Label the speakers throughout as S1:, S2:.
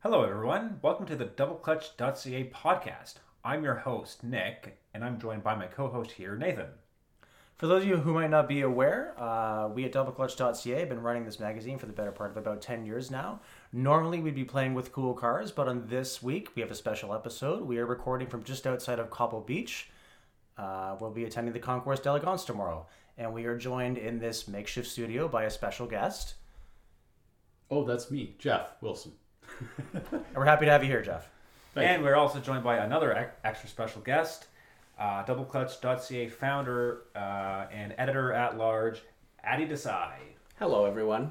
S1: Hello, everyone. Welcome to the DoubleClutch.ca podcast. I'm your host, Nick, and I'm joined by my co host here, Nathan.
S2: For those of you who might not be aware, uh, we at DoubleClutch.ca have been running this magazine for the better part of about 10 years now. Normally, we'd be playing with cool cars, but on this week, we have a special episode. We are recording from just outside of Cobble Beach. Uh, we'll be attending the Concourse d'Elegance tomorrow, and we are joined in this makeshift studio by a special guest.
S3: Oh, that's me, Jeff Wilson.
S2: And we're happy to have you here, Jeff.
S3: Thank
S1: and we're also joined by another ex- extra special guest, uh, DoubleClutch.ca founder uh, and editor at large, Adi Desai.
S4: Hello, everyone.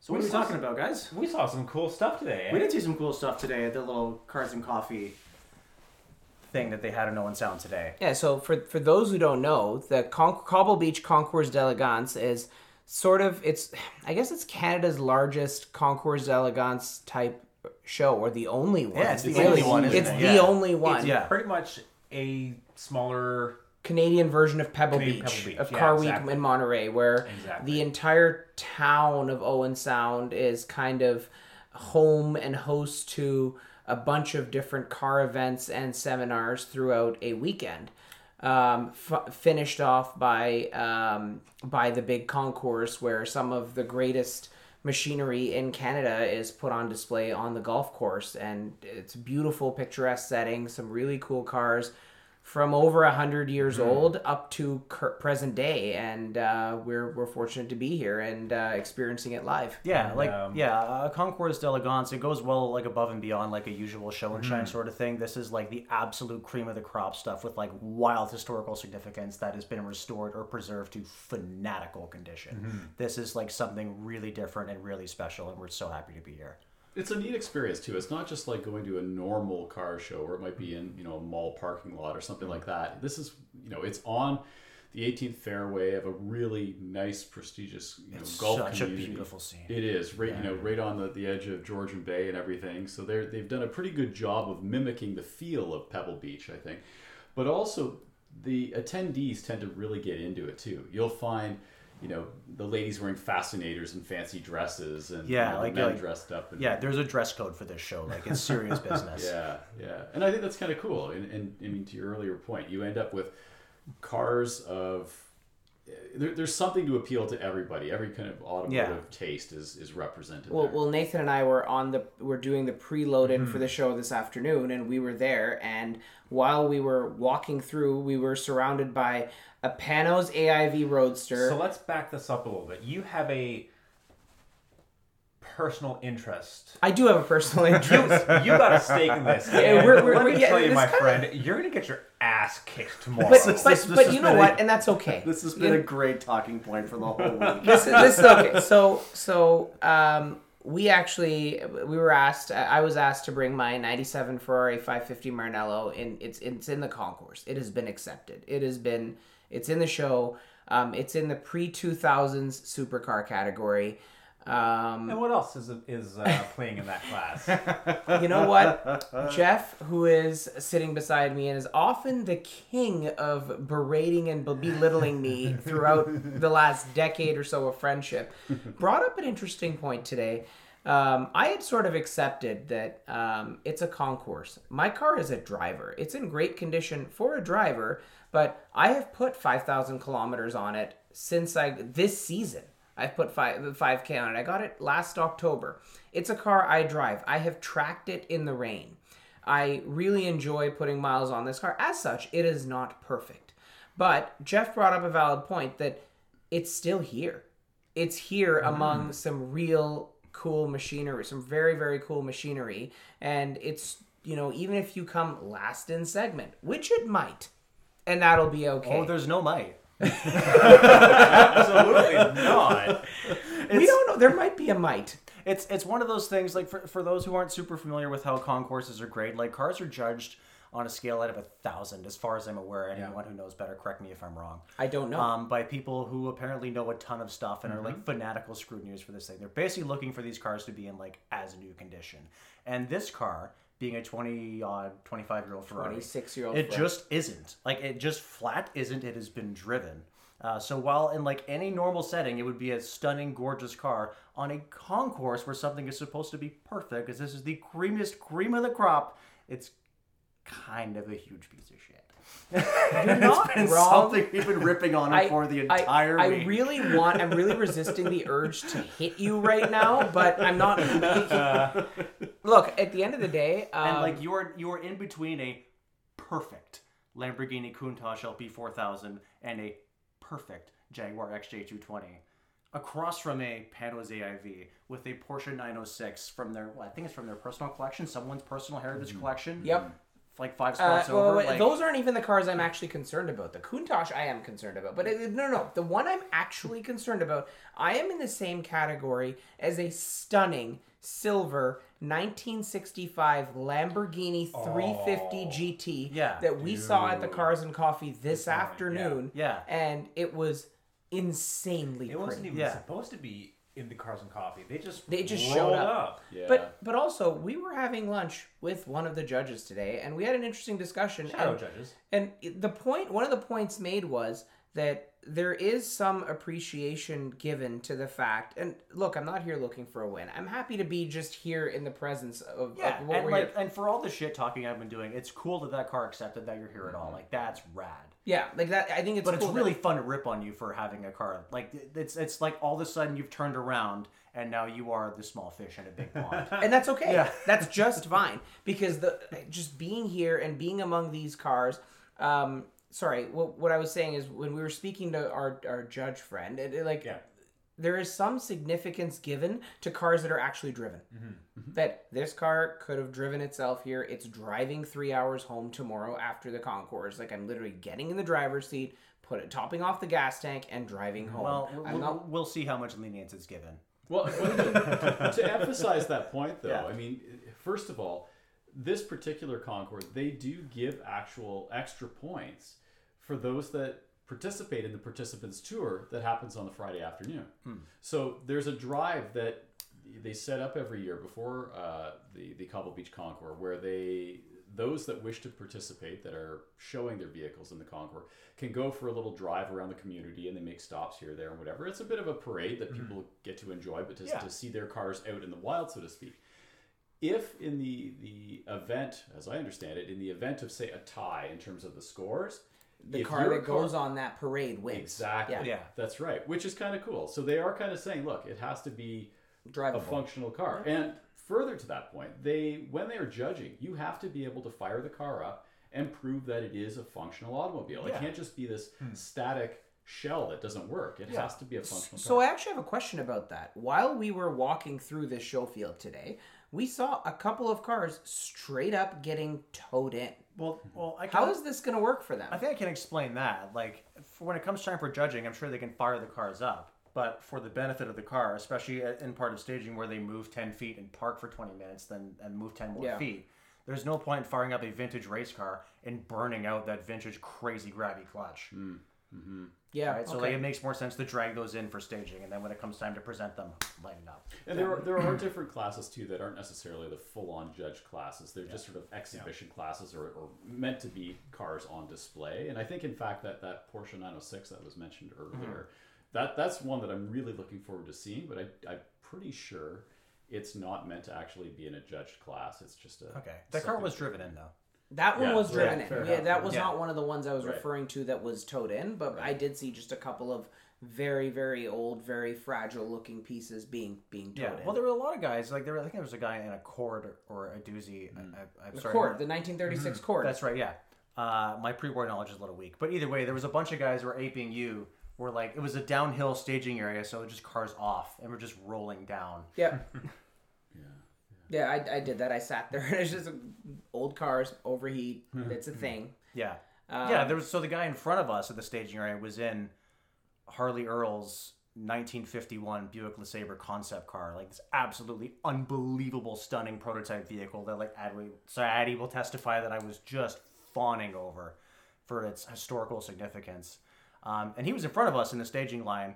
S2: So, what are
S1: We
S2: we
S1: saw
S2: talking
S1: some-
S2: about, guys?
S1: We saw some cool stuff today. eh?
S2: We did see some cool stuff today at the little cards and coffee thing that they had in Owen Sound today.
S4: Yeah, so for for those who don't know, the Con- Cobble Beach Concours d'Elegance is sort of it's I guess it's Canada's largest Concours d'Elegance type show or the only one.
S2: Yeah, it's the
S4: Really,
S2: only one, isn't
S4: it's
S2: it?
S4: the
S2: Yeah.
S4: only one.
S1: It's
S2: Yeah.
S1: pretty much a smaller
S4: Canadian version of Pebble,
S1: Canadian
S4: Beach,
S1: Pebble Beach,
S4: of
S1: yeah,
S4: Car Week
S1: exactly.
S4: in Monterey, where
S1: Exactly.
S4: the entire town of Owen Sound is kind of home and host to a bunch of different car events and seminars throughout a weekend. Um, f- finished off by um, by the big concourse where some of the greatest machinery in Canada is put on display on the golf course, and it's a beautiful, picturesque setting. Some really cool cars from over a hundred years
S2: Hmm.
S4: old up to cur- present day, and uh, we're we're fortunate to be here and uh, experiencing it live.
S2: Yeah, like
S1: um,
S2: yeah, uh, Concours d'Elegance. It goes well like above and beyond like a usual show and shine
S4: Mm-hmm.
S2: sort of thing. This is like the absolute cream of the crop stuff with like wild historical significance that has been restored or preserved to fanatical condition.
S4: Mm-hmm.
S2: This is like something really different and really special, and we're so happy to be here.
S3: It's a neat experience too. It's not just like going to a normal car show where it might be in you know a mall parking lot or something like that. This is you know it's on the 18th fairway of a really nice prestigious you know
S2: It's
S3: golf
S2: such a
S3: community.
S2: beautiful scene.
S3: It is right you know right on the, the edge of Georgian Bay and everything. So they they've done a pretty good job of mimicking the feel of Pebble Beach, I think, but also the attendees tend to really get into it too. You'll find. You know the ladies wearing fascinators and fancy dresses, and you
S2: Yeah,
S3: know, the
S2: like-
S3: men
S2: like-
S3: dressed up. And,
S2: Yeah, there's a dress code for this show. Like it's serious business.
S3: yeah, yeah, and I think that's kind of cool. And, and I mean, to your earlier point, you end up with cars of there, there's something to appeal to everybody. Every kind of automotive taste is is represented.
S4: Well,
S3: there.
S4: well, Nathan and I were on the were doing the preload in
S2: Hmm.
S4: for the show this afternoon, and we were there. And while we were walking through, we were surrounded by a Panos AIV Roadster.
S1: So let's back this up a little bit. You have a personal interest.
S4: I do have a personal interest.
S1: You got a stake in this.
S4: Yeah, we're- we're-
S1: Let me
S4: we're- yeah,
S1: tell you,
S4: this
S1: my
S4: kinda-
S1: friend, you're gonna get your ass kicked tomorrow.
S4: But, but,
S2: this- this
S4: but
S2: has
S4: you know
S2: been a-
S4: what? And that's okay.
S2: This has been a great talking point for the whole week.
S4: this is this is okay. So so um, we actually we were asked. I was asked to bring my '97 Ferrari 550 Maranello, and it's it's in the concourse. It has been accepted. It has been it's in the show. Um, it's in the pre 2000s supercar category. Um,
S1: And what else is is uh, playing in that class?
S4: you know what? Jeff, who is sitting beside me and is often the king of berating and belittling me throughout the last decade or so of friendship, brought up an interesting point today. Um, I had sort of accepted that um, it's a concourse. My car is a driver. It's in great condition for a driver, but I have put 5,000 kilometers on it since I this season. I've put five five k on it. I got it last October. It's a car I drive. I have tracked it in the rain. I really enjoy putting miles on this car. As such, it is not perfect. But Jeff brought up a valid point that it's still here. It's here among some real cool machinery, some very very cool machinery, and it's you know even if you come last in segment, which it might, and that'll be okay.
S2: Oh, there's no might.
S1: Absolutely not.
S4: we don't know. There might be a might.
S2: it's it's one of those things like for, for those who aren't super familiar with how concourses are graded like cars are judged on a scale out of a thousand as far as i'm aware anyone who knows better correct me if i'm wrong
S4: I don't know.
S2: um, by people who apparently know a ton of stuff and are like fanatical scrutineers for this thing they're basically looking for these cars to be in like as new condition and this car being a 20 odd 25 year old ferrari
S4: 26 year old.
S2: it just isn't like it just flat isn't it has been driven Uh, so while in like any normal setting, it would be a stunning, gorgeous car on a concourse where something is supposed to be perfect, because this is the creamiest cream of the crop. It's kind of a huge piece of shit. You're
S4: not wrong.
S2: Something we've been ripping on him for the entire
S4: I,
S2: week.
S4: I really want. I'm really resisting the urge to hit you right now, but I'm not. Look, at the end of the day, um,
S2: and like you are you are in between a perfect Lamborghini Countach LP4000 and a perfect Jaguar XJ220 across from a Panos AIV with a Porsche 906 from their well, I think it's from their personal collection someone's personal heritage collection
S4: Mm-hmm. Yep.
S2: like five
S4: Uh,
S2: spots
S4: wait,
S2: over
S4: wait,
S2: like,
S4: Those aren't even the cars I'm actually concerned about. The Countach I am concerned about, but it, no, no, the one I'm actually concerned about, I am in the same category as a stunning silver 1965 Lamborghini 350 GT
S2: Yeah.
S4: that we saw at the Cars and Coffee this afternoon.
S2: Yeah.
S4: and it was insanely
S1: It
S4: pretty.
S1: wasn't even
S2: Yeah.
S1: supposed to be in the Cars and Coffee. They just
S4: They just
S1: rolled
S4: showed up.
S1: up.
S3: Yeah.
S4: But but also we were having lunch with one of the judges today, and we had an interesting discussion.
S1: Shadow
S4: and,
S1: judges.
S4: And the point, one of the points made was that there is some appreciation given to the fact. And look, I'm not here looking for a win. I'm happy to be just here in the presence of,
S2: yeah,
S4: of what
S2: and
S4: we're
S2: like, and for all the shit talking I've been doing, it's cool that that car accepted that you're here at all.
S4: Mm-hmm.
S2: Like, that's rad.
S4: yeah, like that. I think it's
S2: But it's
S4: cool that-
S2: really fun to rip on you for having a car. Like it's it's like all of a sudden you've turned around and now you are the small fish in a big pond.
S4: and that's okay.
S2: Yeah.
S4: That's just fine because the just being here and being among these cars. Um, sorry, what, what I was saying is when we were speaking to our our judge friend, it, it, like
S1: Yeah.
S4: there is some significance given to cars that are actually driven. That this car could have driven itself here. It's driving three hours home tomorrow after the concourse. Like I'm literally getting in the driver's seat, put it topping off the gas tank, and driving home.
S2: Well,
S4: I'm
S2: we'll,
S4: not-
S2: we'll see how much lenience it's given.
S3: Well, but to emphasize that point, though,
S2: Yeah.
S3: I mean, first of all, this particular Concord, they do give actual extra points for those that participate in the participants tour that happens on the Friday afternoon. So there's a drive that they set up every year before uh, the the Cobble Beach Concours, where they those that wish to participate that are showing their vehicles in the Concours can go for a little drive around the community and they make stops here, there, and whatever. It's a bit of a parade that people get to enjoy, but to, to see their cars out in the wild, so to speak. If in the the event, as I understand it, in the event of say a tie in terms of the scores,
S4: the
S3: if
S4: car
S3: your
S4: that goes on that parade wins.
S3: Exactly.
S4: Yeah.
S2: Yeah.
S3: That's right. Which is kind of cool. So they are kind of saying, look, it has to be
S4: Drivable.
S3: a functional car. And further to that point, they when they are judging, you have to be able to fire the car up and prove that it is a functional automobile. It can't just be this static shell that doesn't work. It has to be a functional
S4: So
S3: car.
S4: I actually have a question about that. While we were walking through this show field today, we saw a couple of cars straight up getting towed in.
S2: Well, well, I
S4: How is this going to work for them?
S2: I think I can explain that. Like, for when it comes time for judging, I'm sure they can fire the cars up. But for the benefit of the car, especially at- in part of staging where they move 10 feet and park for 20 minutes, then and move 10 more
S4: Yeah.
S2: feet, there's no point in firing up a vintage race car and burning out that vintage crazy grabby clutch.
S4: yeah,
S2: Right? So
S4: okay.
S2: like, it makes more sense to drag those in for staging, and then when it comes time to present them, light it up.
S3: And there are, there are different classes too that aren't necessarily the full on judge classes. They're just sort of exhibition classes or, or meant to be cars on display. And I think in fact that that Porsche 906 that was mentioned earlier, that that's one that I'm really looking forward to seeing. But I, I'm pretty sure it's not meant to actually be in a judged class. It's just a
S2: Okay, that car
S3: something-
S2: was driven in though.
S4: that one
S3: Yeah,
S4: was
S3: yeah,
S4: driven
S3: fair
S4: in.
S3: enough,
S4: Yeah,
S3: fair
S4: that was
S2: enough.
S4: not one of the ones I was
S3: Right.
S4: referring to that was towed in, but I did see just a couple of very, very old, very fragile looking pieces being being towed
S2: Yeah.
S4: in.
S2: Well, there were a lot of guys. Like there, were, I think there was a guy in a cord or a doozy. I, I, I'm sorry. Mm-hmm.
S4: Cord, the 1936 Cord.
S2: That's right. Yeah. Uh, my pre-war knowledge is a little weak, but either way, there was a bunch of guys who were aping you. Were like it was a downhill staging area, so just cars off and we're just rolling down.
S4: Yeah. yeah. I, I did that. I sat there and it's just uh, old cars overheat.
S2: Hmm.
S4: It's a thing.
S2: Yeah. yeah. There was so the guy in front of us at the staging area was in Harley Earl's 1951 Buick LeSabre concept car, like this absolutely unbelievable, stunning prototype vehicle that like Adley, so Addy will testify that I was just fawning over for its historical significance. Um, and he was in front of us in the staging line,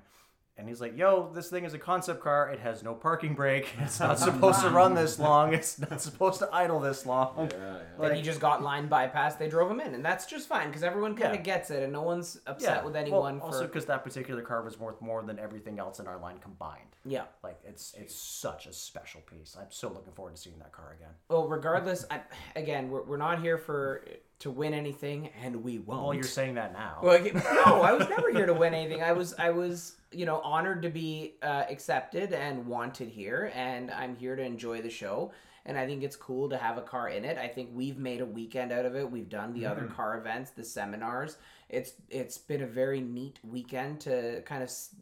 S2: And he's like, "Yo, this thing is a concept car. It has no parking brake. It's not supposed to run this long. It's not supposed to idle this long."
S3: Yeah, yeah.
S4: Then he just got line bypassed. They drove him in, and that's just fine because everyone kind of
S2: Yeah.
S4: gets it, and no one's upset
S2: Yeah.
S4: with anyone.
S2: Well, also
S4: for
S2: because that particular car was worth more than everything else in our line combined.
S4: yeah.
S2: Like it's it's such a special piece. I'm so looking forward to seeing that car again.
S4: Well, regardless, I, again, we're, we're not here for to win anything, and we won't.
S2: Well, you're saying that now.
S4: Well, you- no, I was never here to win anything. I was, I was, you know, honored to be uh, accepted and wanted here, and I'm here to enjoy the show. And I think it's cool to have a car in it. I think we've made a weekend out of it. We've done the other
S1: Mm-hmm.
S4: car events, the seminars. It's it's been a very neat weekend to kind of s-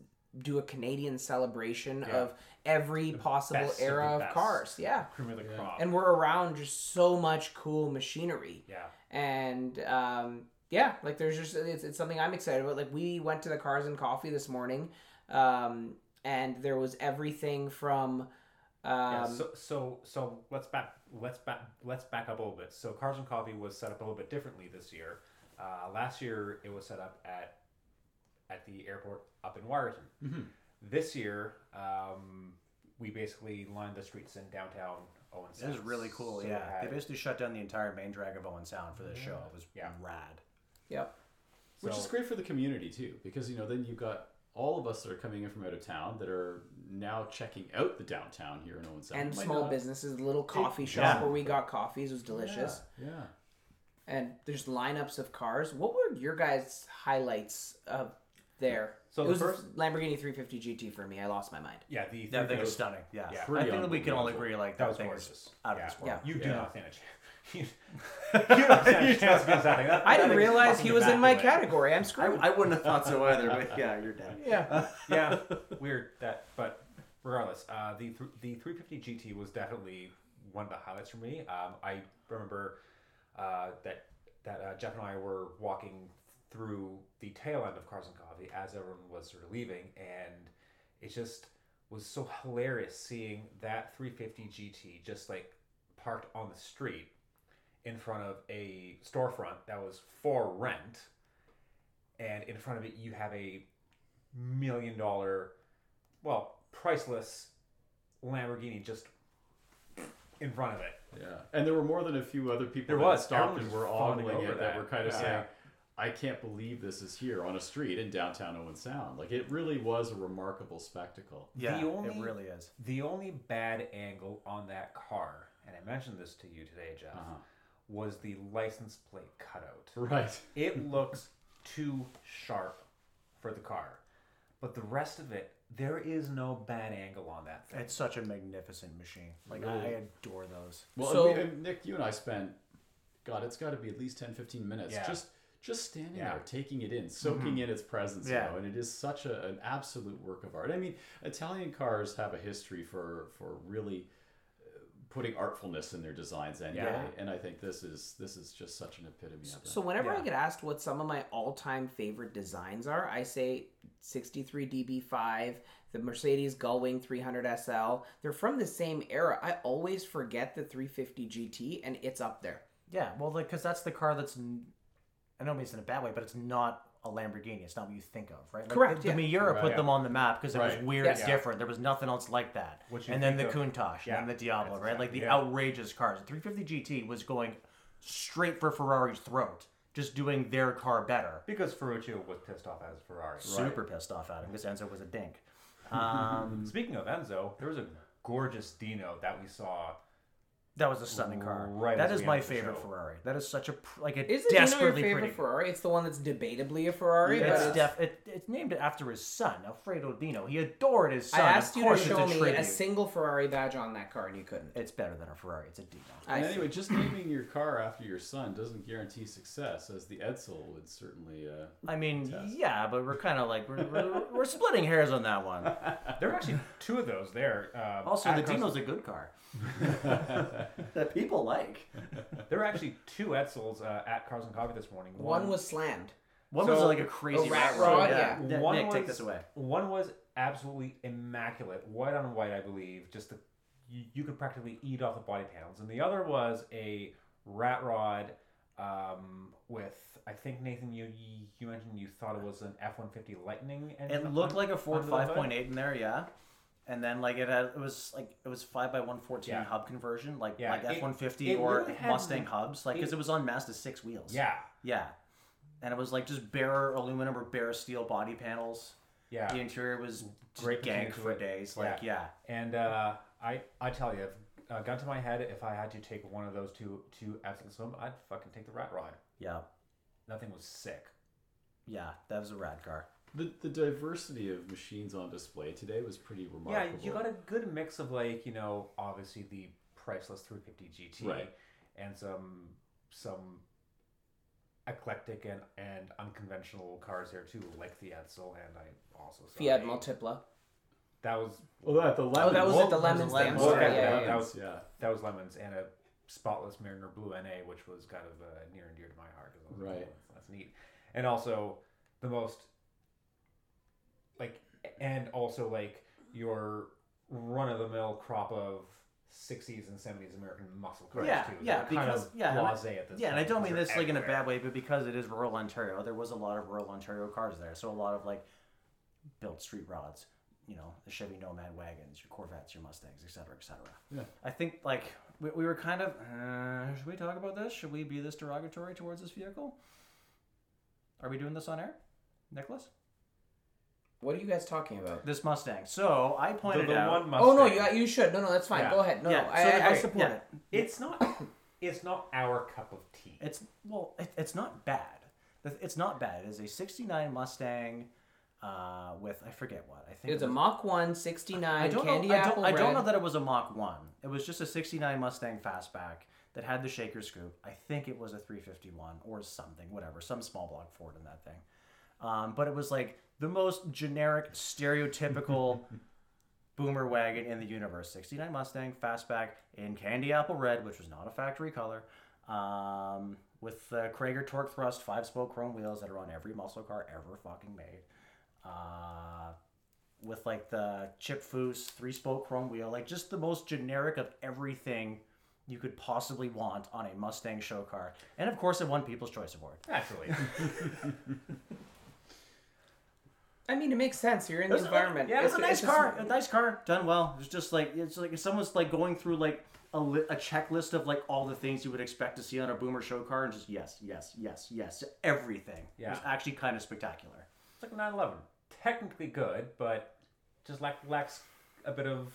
S4: do a Canadian celebration of every possible
S1: best of
S4: era
S1: the
S4: of,
S1: best.
S4: cars. Yeah,
S1: Cream of the crop.
S4: and we're around just so much cool machinery
S1: yeah.
S4: and um, yeah, like there's just it's, it's something I'm excited about. Like we went to the Cars and Coffee this morning, um, and there was everything from um,
S1: Yeah, so, so so let's back let's back let's back up a little bit. So Cars and Coffee was set up a little bit differently this year. Uh, last year it was set up at at the airport up in Wyerton.
S2: Mm-hmm.
S1: This year um, we basically lined the streets in downtown Owen
S2: This
S1: Sound.
S2: is really cool.
S1: So we
S2: yeah, they
S1: had-
S2: basically shut down the entire main drag of Owen Sound for this show. It was
S1: Yeah.
S2: rad.
S4: yep.
S3: Which
S1: So-
S3: is great for the community too, because you know then you've got all of us that are coming in from out of town that are now checking out the downtown here in Owen Sound
S1: Oh
S4: and
S3: Might
S4: small
S3: not-
S4: businesses, the little coffee shop
S1: yeah.
S4: where we got coffees was delicious,
S3: Yeah, yeah.
S4: and there's lineups of cars. What were your guys' highlights of there?
S1: So
S4: it
S1: the
S4: was
S1: first-
S4: Lamborghini 350 GT for me. I lost my mind.
S1: yeah the
S2: That thing
S1: was
S2: was stunning. Yeah,
S1: Yeah.
S2: I
S3: Pretty
S2: think that we can all
S3: unbelievable.
S2: agree like
S1: that
S2: that,
S1: was
S2: thing
S1: gorgeous.
S2: is out
S1: yeah.
S2: of this world.
S1: You do
S3: Yeah.
S1: not stand a chance. You, you don't stand a chance against that thing. That- that
S4: I
S1: thing
S4: didn't
S1: is
S4: realize
S1: fucking
S4: he was in my
S1: immaculate.
S4: category. I'm screwed.
S2: I, I wouldn't have thought so either, but yeah, you're dead.
S4: yeah.
S1: yeah, weird that, but regardless, uh, the th- the 350 GT was definitely one of the highlights for me. Um, I remember uh, that that uh, Jeff and I were walking through the tail end of Cars and Coffee as everyone was sort of leaving, and it just was so hilarious seeing that 350 GT just like parked on the street in front of a storefront that was for rent and in front of it you have a million dollar, well, priceless Lamborghini just in front of it.
S3: Yeah, and there were more than a few other people
S1: There
S3: that
S1: was. Everyone
S3: stopped and
S1: was
S3: were
S1: fawning
S3: ogling
S1: over
S3: it that
S1: that.
S3: were kind of
S1: Yeah.
S3: saying, "I can't believe this is here on a street in downtown Owen Sound." Like it really was a remarkable spectacle.
S2: Yeah,
S1: The only-
S2: it really is.
S1: The only bad angle on that car, and I mentioned this to you today, Jeff,
S3: Uh-huh.
S1: was the license plate cutout.
S3: Right.
S1: It looks too sharp for the car, but the rest of it, there is no bad angle on that thing.
S2: It's such a magnificent machine. Like I adore those.
S3: Well,
S4: So-
S3: and we, and Nick, you and I spent, God, it's got to be at least 10, 15 minutes
S1: Yeah.
S3: just just standing
S1: Yeah.
S3: there, taking it in, soaking in its presence.
S2: Yeah.
S3: You know, and it is such a, an absolute work of art. I mean, Italian cars have a history for for really uh, putting artfulness in their designs anyway,
S1: Yeah.
S3: and I think this is this is just such an epitome of that.
S4: So whenever I
S2: Yeah.
S4: get asked what some of my all-time favorite designs are, I say 63 DB5, the Mercedes Gullwing 300 SL. They're from the same era. I always forget the 350 GT, and it's up there.
S2: Yeah, well, like because that's the car that's. n- I know it's in a bad way, but it's not a Lamborghini. It's not what you think of, right? Like,
S4: Correct,
S2: The, the
S4: yeah.
S2: Miura put
S3: Right.
S2: them on the map because it
S3: Right.
S2: was weird
S4: Yeah.
S2: and different. There was nothing else like that.
S1: What you
S2: And then the
S1: think
S2: Countach,
S1: Yeah,
S2: and then the Diablo,
S1: that's
S2: right? Like the
S1: exactly- yeah.
S2: outrageous cars. The 350 GT was going straight for Ferrari's throat, just doing their car better.
S1: because Ferruccio was pissed off as Ferrari.
S2: Super pissed off at him because Enzo was a dink. Um,
S1: Speaking of Enzo, there was a gorgeous Dino that we saw.
S2: that was a stunning car.
S1: Right
S2: that
S1: as
S2: is
S1: we
S2: my
S1: ended the
S2: favorite
S1: show.
S2: Ferrari. That is such a pr- like a
S4: Isn't Dino your
S2: desperately
S4: favorite
S2: pretty.
S4: Ferrari? It's the one that's debatably a Ferrari. but
S2: It's
S4: it's-
S2: def- it, it's named after his son, Alfredo Dino. He adored his son.
S4: I
S2: of
S4: asked you to
S2: course,
S4: show
S2: it's a
S4: me
S2: tribute.
S4: a single Ferrari badge on that car, and you couldn't.
S2: it's better than a Ferrari. It's a Dino.
S4: I
S3: And
S4: see.
S3: anyway, just naming your car after your son doesn't guarantee success, as the Edsel would certainly. Uh,
S2: I mean, yeah, but we're kind of like we're, we're, we're splitting hairs on that one.
S1: There were actually two of those there. Um,
S2: Also,
S1: at
S2: the
S1: Cars-
S2: Dino's a good car that people like.
S1: There were actually two Edsels uh, at Cars and Coffee this morning.
S4: one was slammed.
S2: One was
S1: So-
S2: like a crazy
S4: A rat
S2: rat
S4: rod, yeah.
S2: Nick, Nick, take this away.
S1: One was absolutely immaculate, white on white, I believe. Just the you, you could practically eat off the body panels, and the other was a rat rod um, with I think Nathan, you you- you mentioned you thought it was an F one fifty Lightning. And
S2: It looked like a Ford
S1: under the hood?
S2: 5.8 in there, yeah. And then like it had, it was like it was five by one fourteen
S1: Yeah.
S2: hub conversion, like
S1: Yeah,
S2: like
S1: it-
S2: F one fifty
S1: it
S2: or
S1: literally had-
S2: Mustang hubs, like because it, was on Mazda six wheels.
S1: Yeah,
S2: yeah. And it was like just bare aluminum or bare steel body panels.
S1: yeah.
S2: The interior was just
S1: Great
S2: gank
S1: mechanics
S2: for
S1: with it.
S2: days. Like yeah,
S1: And uh, I I tell you, if, uh, gun to my head, if I had to take one of those two two Fs and swim, I'd fucking take the rat rod.
S2: yeah,
S1: Nothing was sick.
S2: yeah. That was a rad car.
S3: The, the diversity of machines on display today was pretty
S1: Yeah,
S3: remarkable.
S1: you got a good mix of like you know obviously the priceless 350 GT
S3: Right.
S1: and some some eclectic and, and unconventional cars there too, like the Edsel and I also saw
S4: Fiat
S1: a-
S4: Multipla.
S1: That was
S3: Oh, that the lemon.
S4: Oh, that was
S2: Mul-
S4: at the
S2: there's a
S4: Lemons
S2: lemon
S4: dance.
S1: store. Yeah,
S4: Sorry, yeah, yeah,
S1: yeah.
S4: yeah.
S1: was- that was lemons and a spotless Mariner Blue NA, which was kind of uh, near and dear to my heart. 'cause I was like,
S3: Right.
S1: "Oh, that's neat. And also the most like, and also like your run of the mill crop of. 60s and 70s American muscle cars
S2: Yeah,
S1: too.
S2: yeah,
S1: They're kind
S2: because-
S1: of
S2: yeah, and I-
S1: blasé at this
S2: Yeah, and I
S1: point
S2: don't
S1: because
S2: mean
S1: they're
S2: this like in a
S1: everywhere.
S2: bad way, but because it is rural Ontario, there was a lot of rural Ontario cars there, so a lot of like built street rods, you know, the Chevy Nomad wagons, your Corvettes, your Mustangs, et cetera, et cetera.
S3: Yeah.
S2: I think like we, we were kind of uh, should we talk about this? Should we be this derogatory towards this vehicle? Are we doing this on air, Nicholas?
S4: What are you guys talking about?
S2: This Mustang. So I
S1: The,
S2: pointed
S1: the
S2: out.
S1: one Mustang.
S4: Oh no, you you should. No, no, that's fine.
S1: Yeah.
S4: Go ahead. No,
S2: Yeah,
S4: no,
S2: so
S4: I, I, I
S2: okay,
S4: support
S2: yeah.
S4: it.
S1: It's not. It's not our cup of tea.
S2: It's well, it, it's not bad. The- It's not bad. It is a '69 Mustang uh, with I forget what I think.
S4: It's
S2: it
S4: a
S2: was-
S4: Mach 1, 69,
S2: I don't
S4: candy
S2: know. I don't,
S4: apple
S2: I don't
S4: red.
S2: know that it was a Mach One. It was just a '69 Mustang fastback that had the shaker scoop. I think it was a 351 or something, whatever, some small block Ford in that thing. Um, but it was like the most generic, stereotypical boomer wagon in the universe. 69 Mustang fastback in candy apple red, which was not a factory color. Um, with the Krager torque thrust five spoke chrome wheels that are on every muscle car ever fucking made. Uh, with like the chip foose three spoke chrome wheel like just the most generic of everything you could possibly want on a mustang show car and of course it won people's choice award
S1: Naturally,
S4: I mean, it makes sense. You're in
S2: It
S4: the
S2: was a-
S4: environment.
S2: yeah it was a
S4: It's-
S2: nice
S4: it's
S2: car a nice car done well it's just like it's like if someone's like going through like a, li- a checklist of like all the things you would expect to see on a boomer show car and just yes yes yes yes to everything
S1: Yeah.
S2: it's actually kind of spectacular
S1: it's like 911. Technically good, but just lack, lacks a bit of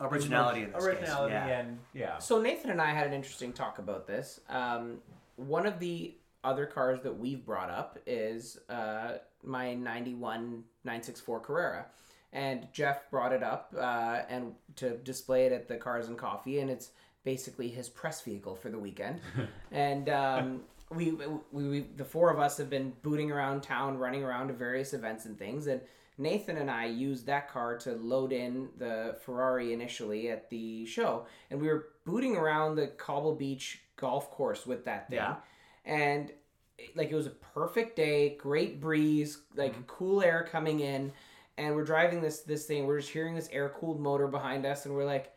S2: originality in this
S1: originality
S2: case yeah.
S1: and yeah.
S4: So Nathan and I had an interesting talk about this. Um, one of the other cars that we've brought up is uh, my 91 964 Carrera. And Jeff brought it up uh, and to display it at the Cars and Coffee, and it's basically his press vehicle for the weekend. and um, we, we, we, the four of us have been booting around town, running around to various events and things. And Nathan and I used that car to load in the Ferrari initially at the show, and we were booting around the Cobble Beach golf course with that thing.
S2: Yeah.
S4: And it- like it was a perfect day, great breeze, like
S2: Mm-hmm.
S4: cool air coming in, and we're driving this this thing. We're just hearing this air cooled motor behind us, and we're like,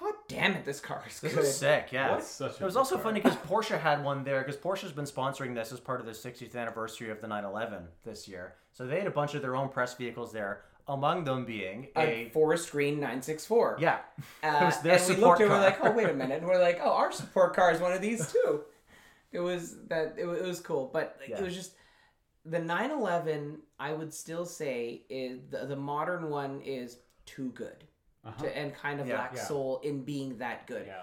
S4: "God damn it, this car is
S2: this
S4: good."
S2: is sick yeah
S3: That's such a
S2: It was
S3: good
S2: also
S3: car.
S2: funny because Porsche had one there because Porsche's been sponsoring this as part of the 60th anniversary of the 911 this year. So they had a bunch of their own press vehicles there, among them being
S4: A
S2: a
S4: Forest Green 964.
S2: yeah.
S4: Uh,
S2: it was their
S4: and we
S2: support
S4: looked and we're
S2: car.
S4: like, oh wait a minute. And we're like, oh, our support car is one of these too. It was that it, wa- it was cool, but like,
S2: Yeah.
S4: it was just the 911. I would still say is the, the modern one is too good
S3: Uh-huh.
S4: to, and kind of
S2: Yeah.
S4: lacks
S1: Yeah.
S4: soul in being that good.
S1: yeah.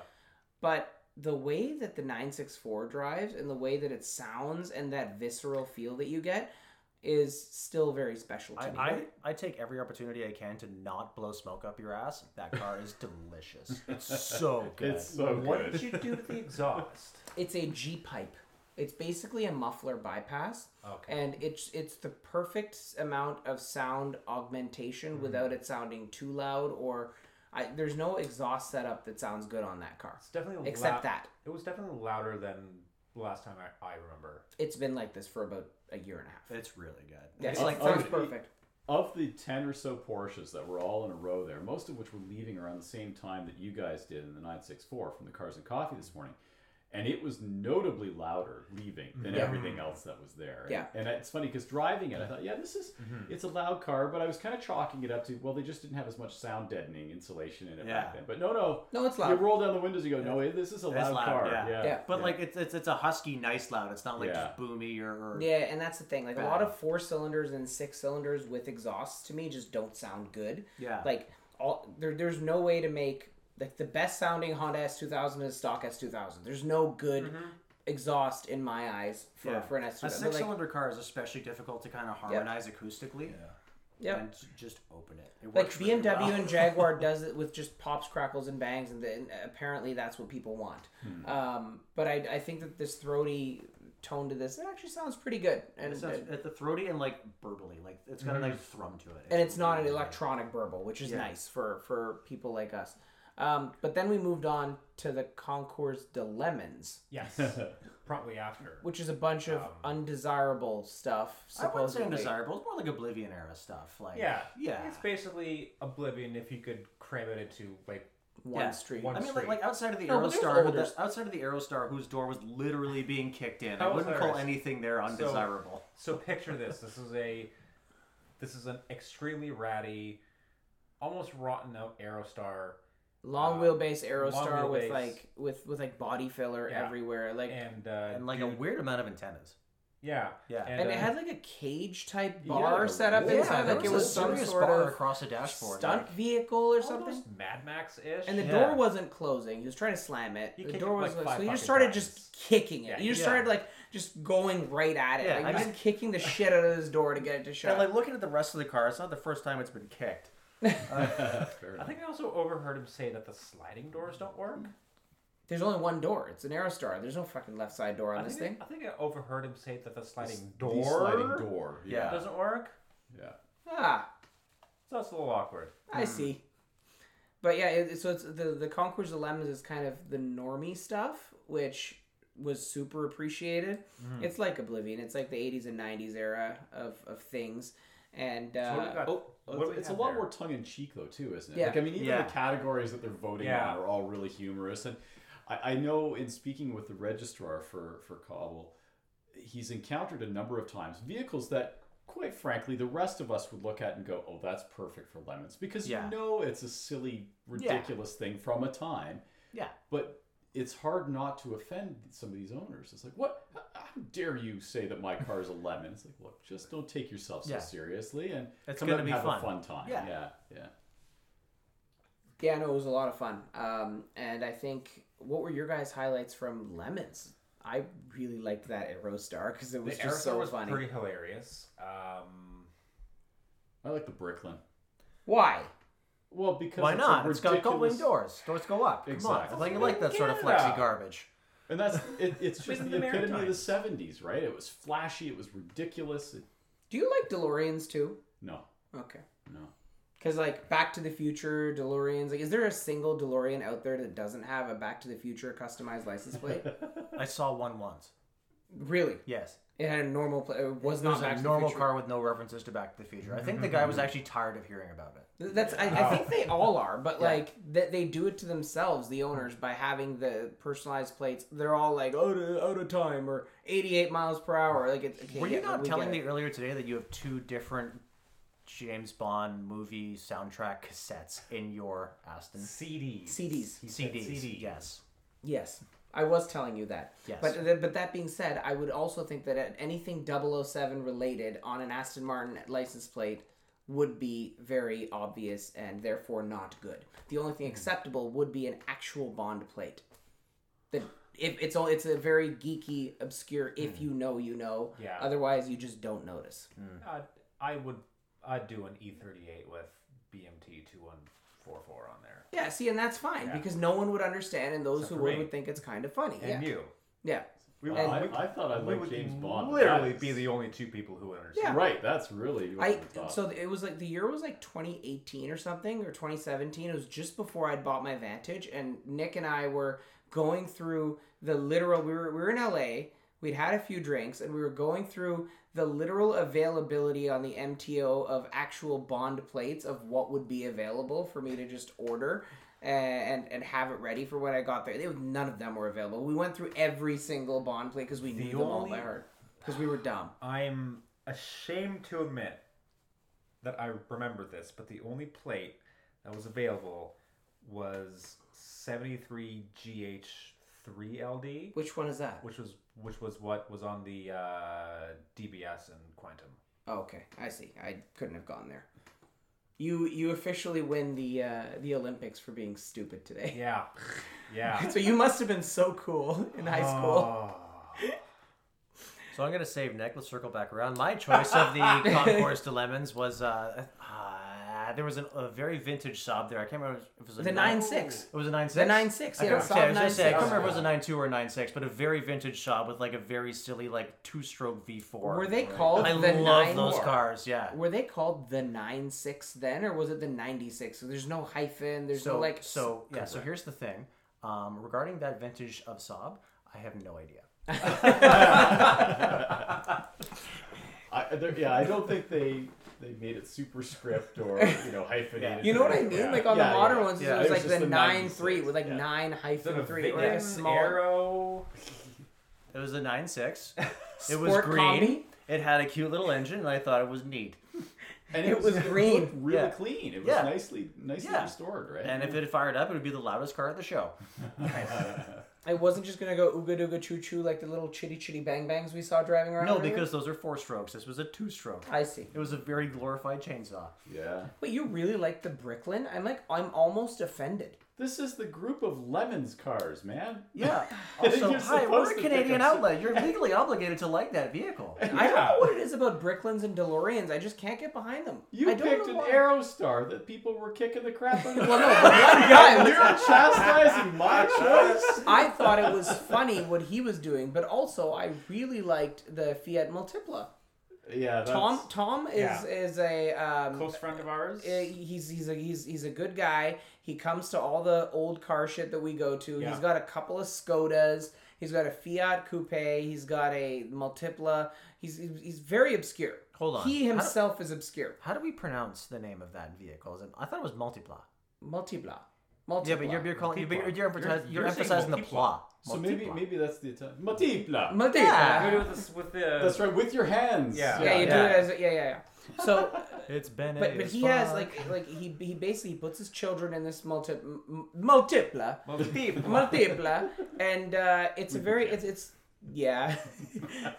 S4: But the way that the 964 drives and the way that it sounds and that visceral feel that you get is still very special to
S2: I,
S4: me.
S2: I, I take every opportunity I can to not blow smoke up your ass. That car is delicious. It's so good.
S3: It's so
S1: What
S3: good.
S1: did you do to the exhaust?
S4: It's a G pipe. It's basically a muffler bypass,
S1: Okay.
S4: and it's it's the perfect amount of sound augmentation without it sounding too loud or I, there's no exhaust setup that sounds good on that car.
S1: It's definitely
S4: Except
S1: lou-
S4: that
S1: it was definitely louder than the last time I, I remember.
S4: it's been like this for about a year and a half.
S2: It's really good.
S4: Yeah,
S2: It's
S4: it
S2: like
S3: Oh,
S4: sounds
S3: okay.
S4: perfect.
S3: Of the 10 or so Porsches that were all in a row there, most of which were leaving around the same time that you guys did in the 964 from the Cars and Coffee this morning, and it was notably louder leaving than
S4: Yeah.
S3: everything else that was there.
S4: Yeah.
S3: And, and it's funny because driving it, I thought, yeah, this is it's a loud car, but I was kind of chalking it up to well, they just didn't have as much sound deadening insulation in it
S2: Yeah.
S3: back then. But no, no,
S4: No, it's
S3: You
S4: loud.
S3: roll down the windows, you go, no, it- this is a
S2: It's
S3: loud,
S2: loud,
S3: car.
S2: yeah.
S3: Yeah.
S4: Yeah.
S2: But like it's it's it's a husky, nice loud. It's not like
S3: Yeah.
S2: just boomy or, or
S4: Yeah, and that's the thing. Like
S2: Bad.
S4: a lot of four cylinders and six cylinders with exhausts to me just don't sound good.
S2: Yeah.
S4: Like all there, there's no way to make like the best sounding Honda S2000 is stock S2000. There's no good exhaust in my eyes for,
S2: Mm-hmm. Yeah.
S4: for an S2000.
S2: a
S4: But,
S2: six
S4: like,
S2: cylinder car is especially difficult to kind of harmonize acoustically.
S4: yeah.
S2: And j- just open it. It
S4: Like
S2: works really
S4: BMW
S2: well.
S4: and Jaguar does it with just pops, crackles, and bangs, and then apparently that's what people want.
S2: Hmm.
S4: Um, but I, I think that this throaty tone to this it actually sounds pretty good, and
S2: It sounds- at the throaty and like burbly, like it's got a nice thrum to it.
S4: and it's not an electronic burble, which is
S2: Yeah.
S4: nice for for people like us. Um, but then we moved on to the Concours de Lemons,
S1: Yes. Promptly after.
S4: which is a bunch of undesirable stuff.
S2: Um, I
S4: Supposedly.
S2: wouldn't say undesirable. It's more like Oblivion era stuff. Like
S1: Yeah.
S2: yeah.
S1: It's basically Oblivion if you could cram it into like
S4: One
S2: Yeah.
S4: street.
S1: One-
S2: I mean, like,
S1: Straight.
S2: like outside of the
S4: No, but there's
S2: Aerostar,
S4: older
S2: the-
S4: stuff.
S2: outside of the Aerostar, whose door was literally being kicked in. I
S1: That was
S2: wouldn't call
S1: ours.
S2: anything there undesirable.
S1: So picture this. This is a this is an extremely ratty, almost rotten out Aerostar,
S4: long
S1: uh,
S4: wheelbase Aerostar
S1: long
S4: with
S1: wheelbase.
S4: like with with like body filler
S1: Yeah.
S4: everywhere, like and,
S1: and uh,
S2: and like a
S1: dude-
S2: weird amount of antennas.
S1: yeah
S2: Yeah.
S1: uh,
S4: it had like a cage type
S3: Yeah,
S4: bar
S3: like a-
S4: set up
S3: Yeah,
S4: inside,
S2: there
S4: like it
S2: was
S4: was
S2: a
S4: some
S2: serious
S4: sort
S2: bar
S4: of
S2: across a dashboard.
S4: stunt
S2: like-
S4: vehicle or
S1: almost
S4: something.
S1: Mad Max ish.
S4: And the
S2: Yeah.
S4: door wasn't closing. He was trying to slam it.
S1: He
S4: the
S1: kicked
S4: door
S1: it,
S4: was
S1: like,
S4: so
S1: five
S4: he just
S1: fucking
S4: started
S1: times.
S4: just kicking it.
S1: Yeah,
S4: he just
S2: yeah.
S4: started like just going right at it.
S2: Yeah,
S4: like,
S2: I
S4: just
S2: just-
S4: kicking the shit out of his door to get it to shut.
S2: And like looking at the rest of the car, it's not the first time it's been kicked.
S3: Fair
S1: I
S3: enough.
S1: think I also overheard him say that the sliding doors don't work.
S4: There's only one door. It's an Aerostar. There's no fucking left side door on
S1: I
S4: this
S1: think, I,
S4: thing.
S1: think I overheard him say that the sliding
S3: The
S1: door,
S3: sliding door.
S2: Yeah.
S1: doesn't work.
S3: Yeah.
S4: Ah,
S1: So that's a little awkward.
S4: I see. But yeah, it, so it's the the Conquerors of Lemons is kind of the normie stuff, which was super appreciated.
S1: Mm-hmm.
S4: It's like Oblivion. It's like the 80s and 90s era of, of things. And
S1: So
S4: uh,
S1: what do we got?
S3: Oh,
S1: what do we
S3: it's a
S1: have
S3: lot
S1: there?
S3: more tongue in cheek though, too, isn't it?
S4: Yeah.
S3: Like I mean, even
S2: Yeah.
S3: the categories that they're voting
S1: Yeah.
S3: on are all really humorous. And I, I know in speaking with the registrar for for Cobble, he's encountered a number of times vehicles that, quite frankly, the rest of us would look at and go, "Oh, that's perfect for lemons," because
S2: Yeah.
S3: you know it's a silly, ridiculous thing from a time,
S2: Yeah.
S3: but. It's hard not to offend some of these owners. It's like, what? How- How dare you say that my car is a lemon? It's like, look, just don't take yourself so
S2: Yeah.
S3: seriously, and
S2: It's
S3: come
S2: gonna
S3: out and
S2: be
S3: have
S2: fun.
S3: a fun time.
S2: Yeah.
S3: yeah, yeah.
S4: Yeah, no, it was a lot of fun. Um, and I think what were your guys' highlights from Lemons? I really liked that Aerostar because it
S1: The
S4: was
S1: Aerostar
S4: just so
S1: was
S4: funny.
S1: pretty hilarious. Um,
S3: I like the Bricklin.
S4: Why?
S3: Well, because
S2: Why
S3: it's a
S2: not? It's got
S3: ridiculous-
S2: golden doors. Doors go up. Come on.
S3: Exactly.
S2: It's Like you like that sort of
S1: Yeah.
S2: flexi garbage.
S3: and that's it, it's
S1: Been
S3: just
S1: in
S3: the
S1: the
S3: epitome of the
S1: Maritimes.
S3: '70s, right? It was flashy, it was ridiculous. It,
S4: Do you like DeLoreans too?
S3: no,
S4: Okay.
S3: no,
S4: Because like Back to the Future, DeLoreans. Like, is there a single DeLorean out there that doesn't have a Back to the Future customized license plate?
S2: I saw one once.
S4: really?
S2: Yes.
S4: It had a normal. Pla- it was
S2: It
S4: not
S2: was
S4: Back
S2: a
S4: to
S2: normal
S4: the Future.
S2: car with no references to Back to the Future. I think
S4: Mm-hmm,
S2: the guy was actually tired of hearing about it.
S4: That's I, I think they all are, but like that they do it to themselves, the owners, by having the personalized plates. They're all like out of, out of time or eighty eight miles per hour. Like it's okay,
S2: Were you
S4: yeah,
S2: not
S4: we
S2: telling me
S4: get it.
S2: earlier today that you have two different James Bond movie soundtrack cassettes in your Aston
S1: CDs.
S4: CDs?
S1: He said
S2: CDs?
S1: CD.
S2: Yes.
S4: Yes, I was telling you that.
S2: Yes.
S4: But th- but that being said, I would also think that at anything 007 related on an Aston Martin license plate would be very obvious and therefore not good. The only
S1: Hmm.
S4: thing acceptable would be an actual Bond plate. That if it's all it's a very geeky, obscure. If you know, you know.
S1: Hmm. Yeah.
S4: Otherwise, you just don't notice.
S1: Uh, I would. I'd do an E38 with BMT 2144 on there.
S4: Yeah. See, and that's fine because no one would understand, and those
S1: Except
S4: who
S1: for
S4: would
S1: me.
S4: would think it's kind of funny.
S1: And
S4: yeah.
S1: you.
S4: Yeah.
S1: We
S3: I,
S1: would, we,
S3: I thought I
S1: we
S3: liked
S1: would
S3: James Bond. but
S1: literally
S3: that
S1: be
S3: is-
S1: the only two people who would
S4: Yeah.
S1: understand.
S3: right. That's really over
S4: I
S3: the top.
S4: so it was like the year was like 2018 or something or 2017. It was just before I'd bought my Vantage, and Nick and I were going through the literal. We were we were in LA. We'd had a few drinks, and we were going through the literal availability on the MTO of actual bond plates of what would be available for me to just order. and and have it ready for when I got there. They, none of them were available. We went through every single Bond play because we knew them all by
S1: only-
S4: heart because we were dumb.
S1: I'm ashamed to admit that I remember this, but the only plate that was available was 73GH3LD,
S4: Which one is that?
S1: which was which was what was on the uh, DBS and Quantum.
S4: Oh, okay, I see. I couldn't have gone there. You you officially win the uh, the Olympics for being stupid today.
S1: Yeah, yeah.
S4: So you must have been so cool in high school.
S1: Oh.
S2: So I'm gonna save Nick. Let's circle back around. My choice of the Concourse to Lemons was uh, uh there was an, a very vintage Saab there. I can't remember if it was a
S4: The nine six.
S2: It was a nine six.
S4: The 9.6, yeah, Saab
S2: I, was gonna say, I can't
S4: 9.6.
S2: remember if it was a nine two or a nine six, but a very vintage Saab with like a very silly like two stroke V four.
S4: Were they called
S2: I
S4: the
S2: love
S4: nine-
S2: those cars. Yeah.
S4: Were they called the nine six then, or was it the ninety six? So there's no hyphen. There's
S2: So
S4: no like.
S2: so yeah. So here's the thing. Um, regarding that vintage of Saab, I have no idea.
S3: I, there- yeah, I don't think they they made it super script or you know hyphenated.
S4: You know what I mean?
S3: Yeah.
S4: Like on
S3: Yeah,
S4: the modern
S3: yeah.
S4: ones,
S2: Yeah,
S4: it
S2: it
S4: was
S3: was
S4: like
S3: just
S4: the,
S3: the
S4: nine
S3: 96,
S4: three with like
S3: yeah.
S4: nine
S1: Is it
S4: hyphen
S1: a
S4: three, or like a
S1: Vignette,
S4: small
S1: arrow?
S2: It was a nine six. It was
S4: Sport
S2: green.
S4: combi?
S2: It had a cute little engine, and I thought it was neat.
S3: And
S4: It was
S3: looked
S4: green.
S3: really
S2: Yeah.
S3: clean. It was
S2: Yeah.
S3: nicely nicely
S2: Yeah.
S3: restored, right?
S2: And if it fired up, it would be the loudest car at the show.
S4: It wasn't just gonna go ooga dooga choo choo like the little chitty chitty bang bangs we saw driving around.
S2: No,
S4: earlier?
S2: because those are four strokes. This was a two stroke.
S4: I see.
S2: It was a very glorified chainsaw.
S3: yeah,
S4: Wait, you really like the Bricklin? I'm like, I'm almost offended.
S3: this is the group of lemons cars, man.
S2: Yeah.
S3: You're
S2: Also, hi, we're
S3: supposed
S2: a
S3: to
S2: Canadian
S3: think of-
S2: outlet. You're legally obligated to like that vehicle.
S4: I don't
S1: Yeah.
S4: know what it is about Bricklins and DeLoreans. I just can't get behind them.
S3: You
S4: I don't
S3: picked
S4: know
S3: an
S4: why.
S3: Aerostar that people were kicking the crap out of.
S4: Well, no, the one guy was
S3: You're chastising my choice.
S4: I thought it was funny what he was doing, but also I really liked the Fiat Multipla.
S3: Yeah, that's,
S4: Tom Tom is
S1: Yeah.
S4: is a um,
S1: Close friend of ours.
S4: uh, he's he's a he's he's a good guy. He comes to all the old car shit that we go to.
S1: Yeah.
S4: He's got a couple of Skodas. He's got a Fiat Coupe. He's got a Multipla. He's he's very obscure.
S2: Hold on.
S4: He
S2: How do-
S4: himself is obscure.
S2: How do we pronounce the name of that vehicle? Is it- I thought it was Multipla.
S4: Multipla. Multipla.
S2: Yeah, but you're, you're calling you're,
S1: Multipla.
S2: you're, emphasizing,
S1: You're-
S2: you're,
S1: you're saying
S2: emphasizing the pla.
S1: Multipla.
S3: So maybe
S2: Multipla.
S3: maybe that's the Italian. Multipla.
S4: Multipla.
S2: Yeah.
S1: We do this with the.
S3: that's right, with your hands.
S1: Yeah.
S4: Yeah, you do
S2: Yeah.
S4: it as a, yeah, yeah, yeah. So,
S2: it's been.
S4: but but he has like like he he basically puts his children in this multi m- m- multipla
S1: Multipla.
S4: multipla, and uh, it's a very it's it's yeah.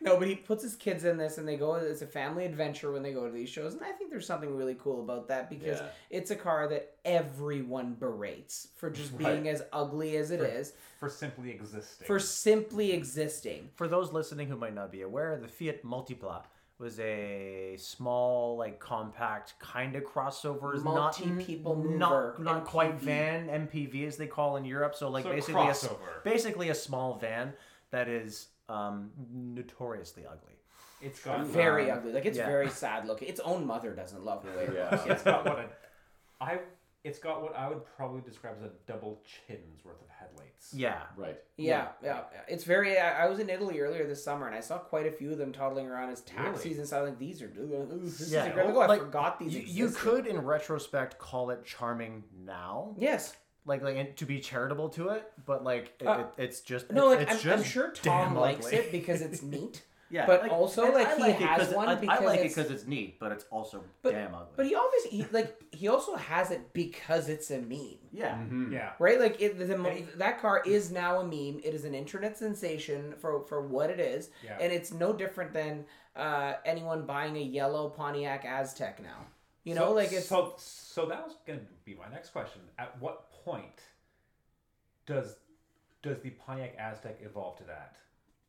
S4: no, but he puts his kids in this, and they go. It's a family adventure when they go to these shows, and I think there's something really cool about that because
S3: Yeah.
S4: it's a car that everyone berates for just being as ugly as it is
S1: for simply existing.
S4: for simply existing.
S2: For those listening who might not be aware, the Fiat Multipla was a small, like compact kind of crossover, It's not
S4: Multi-people mover,
S2: not not quite
S4: MPV.
S2: van MPV as they call in Europe. So like
S1: So
S2: basically a s-
S1: crossover.
S2: basically a small van that is um, notoriously ugly.
S1: it's got
S4: Very
S1: um,
S4: ugly. Like it's
S2: yeah.
S4: very sad looking. Its own mother doesn't love the way it
S3: Yeah.
S4: looks.
S1: it's got what a, I it's got what I would probably describe as a double chin's worth of headlights.
S2: Yeah,
S3: Right.
S4: Yeah, yeah, yeah. It's very. I, I was in Italy earlier this summer, and I saw quite a few of them toddling around as taxis
S1: Really?
S4: and stuff. Like these are. Ooh, this
S2: Yeah.
S4: is incredible. Oh, I
S2: Like,
S4: forgot these.
S2: you, you
S4: existed."
S2: could, in retrospect, call it charming now,
S4: Yes.
S2: like like and to be charitable to it, but like it,
S4: Uh,
S2: it- it's just
S4: No,
S2: it's-
S4: like
S2: it's
S4: I'm, I'm
S2: just
S4: sure
S2: damn
S4: Tom likes
S2: ugly.
S4: it because it's neat.
S2: Yeah,
S4: But also,
S2: and
S4: like,
S2: I
S4: he
S2: it
S4: has
S2: 'cause
S4: one
S2: I, I
S4: because
S2: like it
S4: it's-
S2: because it's neat, but it's also
S4: But
S2: damn ugly.
S4: but he always he like he also has it because it's a meme.
S2: yeah,
S3: Hmm.
S1: Yeah.
S4: Right, like it, the, the, that car is now a meme. It is an internet sensation for for what it is,
S1: Yeah.
S4: and it's no different than uh, anyone buying a yellow Pontiac Aztec now. You know,
S1: so,
S4: like it's
S1: so so that was going to be my next question. At what point does does the Pontiac Aztec evolve to that?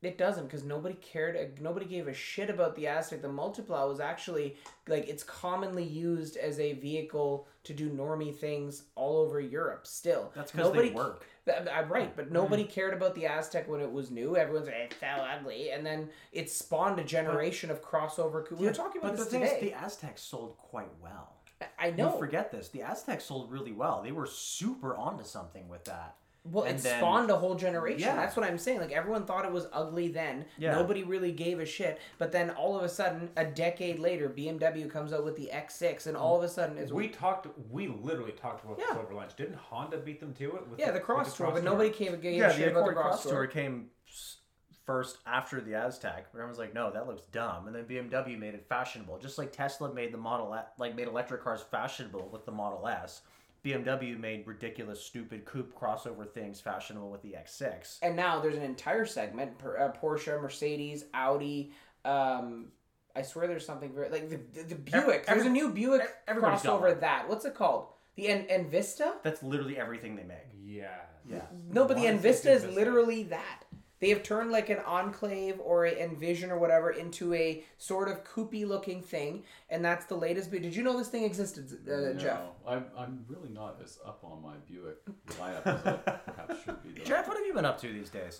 S4: It doesn't because nobody cared. uh, Nobody gave a shit about the Aztec. The Multipla was actually like it's commonly used as a vehicle to do normie things all over Europe. Still,
S2: That's 'cause they
S4: Nobody-
S2: work. Mm-hmm.
S4: Th- I'm right, but nobody cared about the Aztec when it was new. Everyone's like, it's so ugly, and then it spawned a generation of crossover. coo- we were talking about
S2: but
S4: this
S2: the thing
S4: today.
S2: is, the Aztecs sold quite well.
S4: I I know.
S2: You forget this. The Aztecs sold really well. They were super onto something with that.
S4: Well,
S2: And
S4: it
S2: then-
S4: spawned a whole generation.
S2: Yeah.
S4: That's what I'm saying. Like everyone thought it was ugly then.
S2: Yeah.
S4: Nobody really gave a shit. But then all of a sudden, a decade later, BMW comes out with the X6, and all of a sudden it's
S1: We talked. We literally talked about
S4: Yeah.
S1: this over lunch. Didn't Honda beat them to it? With
S4: yeah the
S1: with
S4: cross tour. But
S1: Tour?
S4: nobody gave a gave
S2: yeah,
S4: a shit
S2: the
S4: about
S2: Accord
S4: the cross,
S2: Cross
S4: tour.
S2: Tour came s- first after the Aztec. Everyone was like, "No, that looks dumb," and then BMW made it fashionable, just like Tesla made the Model E- like made electric cars fashionable with the Model S. BMW made ridiculous, stupid coupe crossover things fashionable with the X6.
S4: And now there's an entire segment: per- uh, Porsche, Mercedes, Audi. Um, I swear there's something very like the the, the Buick. there's a new Buick
S2: e-, everybody's got
S4: crossover.
S2: one.
S4: That what's it called? The En Envista.
S2: That's literally everything they make.
S1: Yeah.
S2: Yeah.
S4: No, but the
S1: Why is it
S4: Envista is
S1: Envista?
S4: literally that. They have turned like an Enclave or a Envision or whatever into a sort of coopy looking thing, and that's the latest. But did you know this thing existed, uh, Jeff?
S3: No, I'm, I'm really not as up on my Buick lineup as I perhaps should be. though.
S2: Jeff, what have you been up to these days?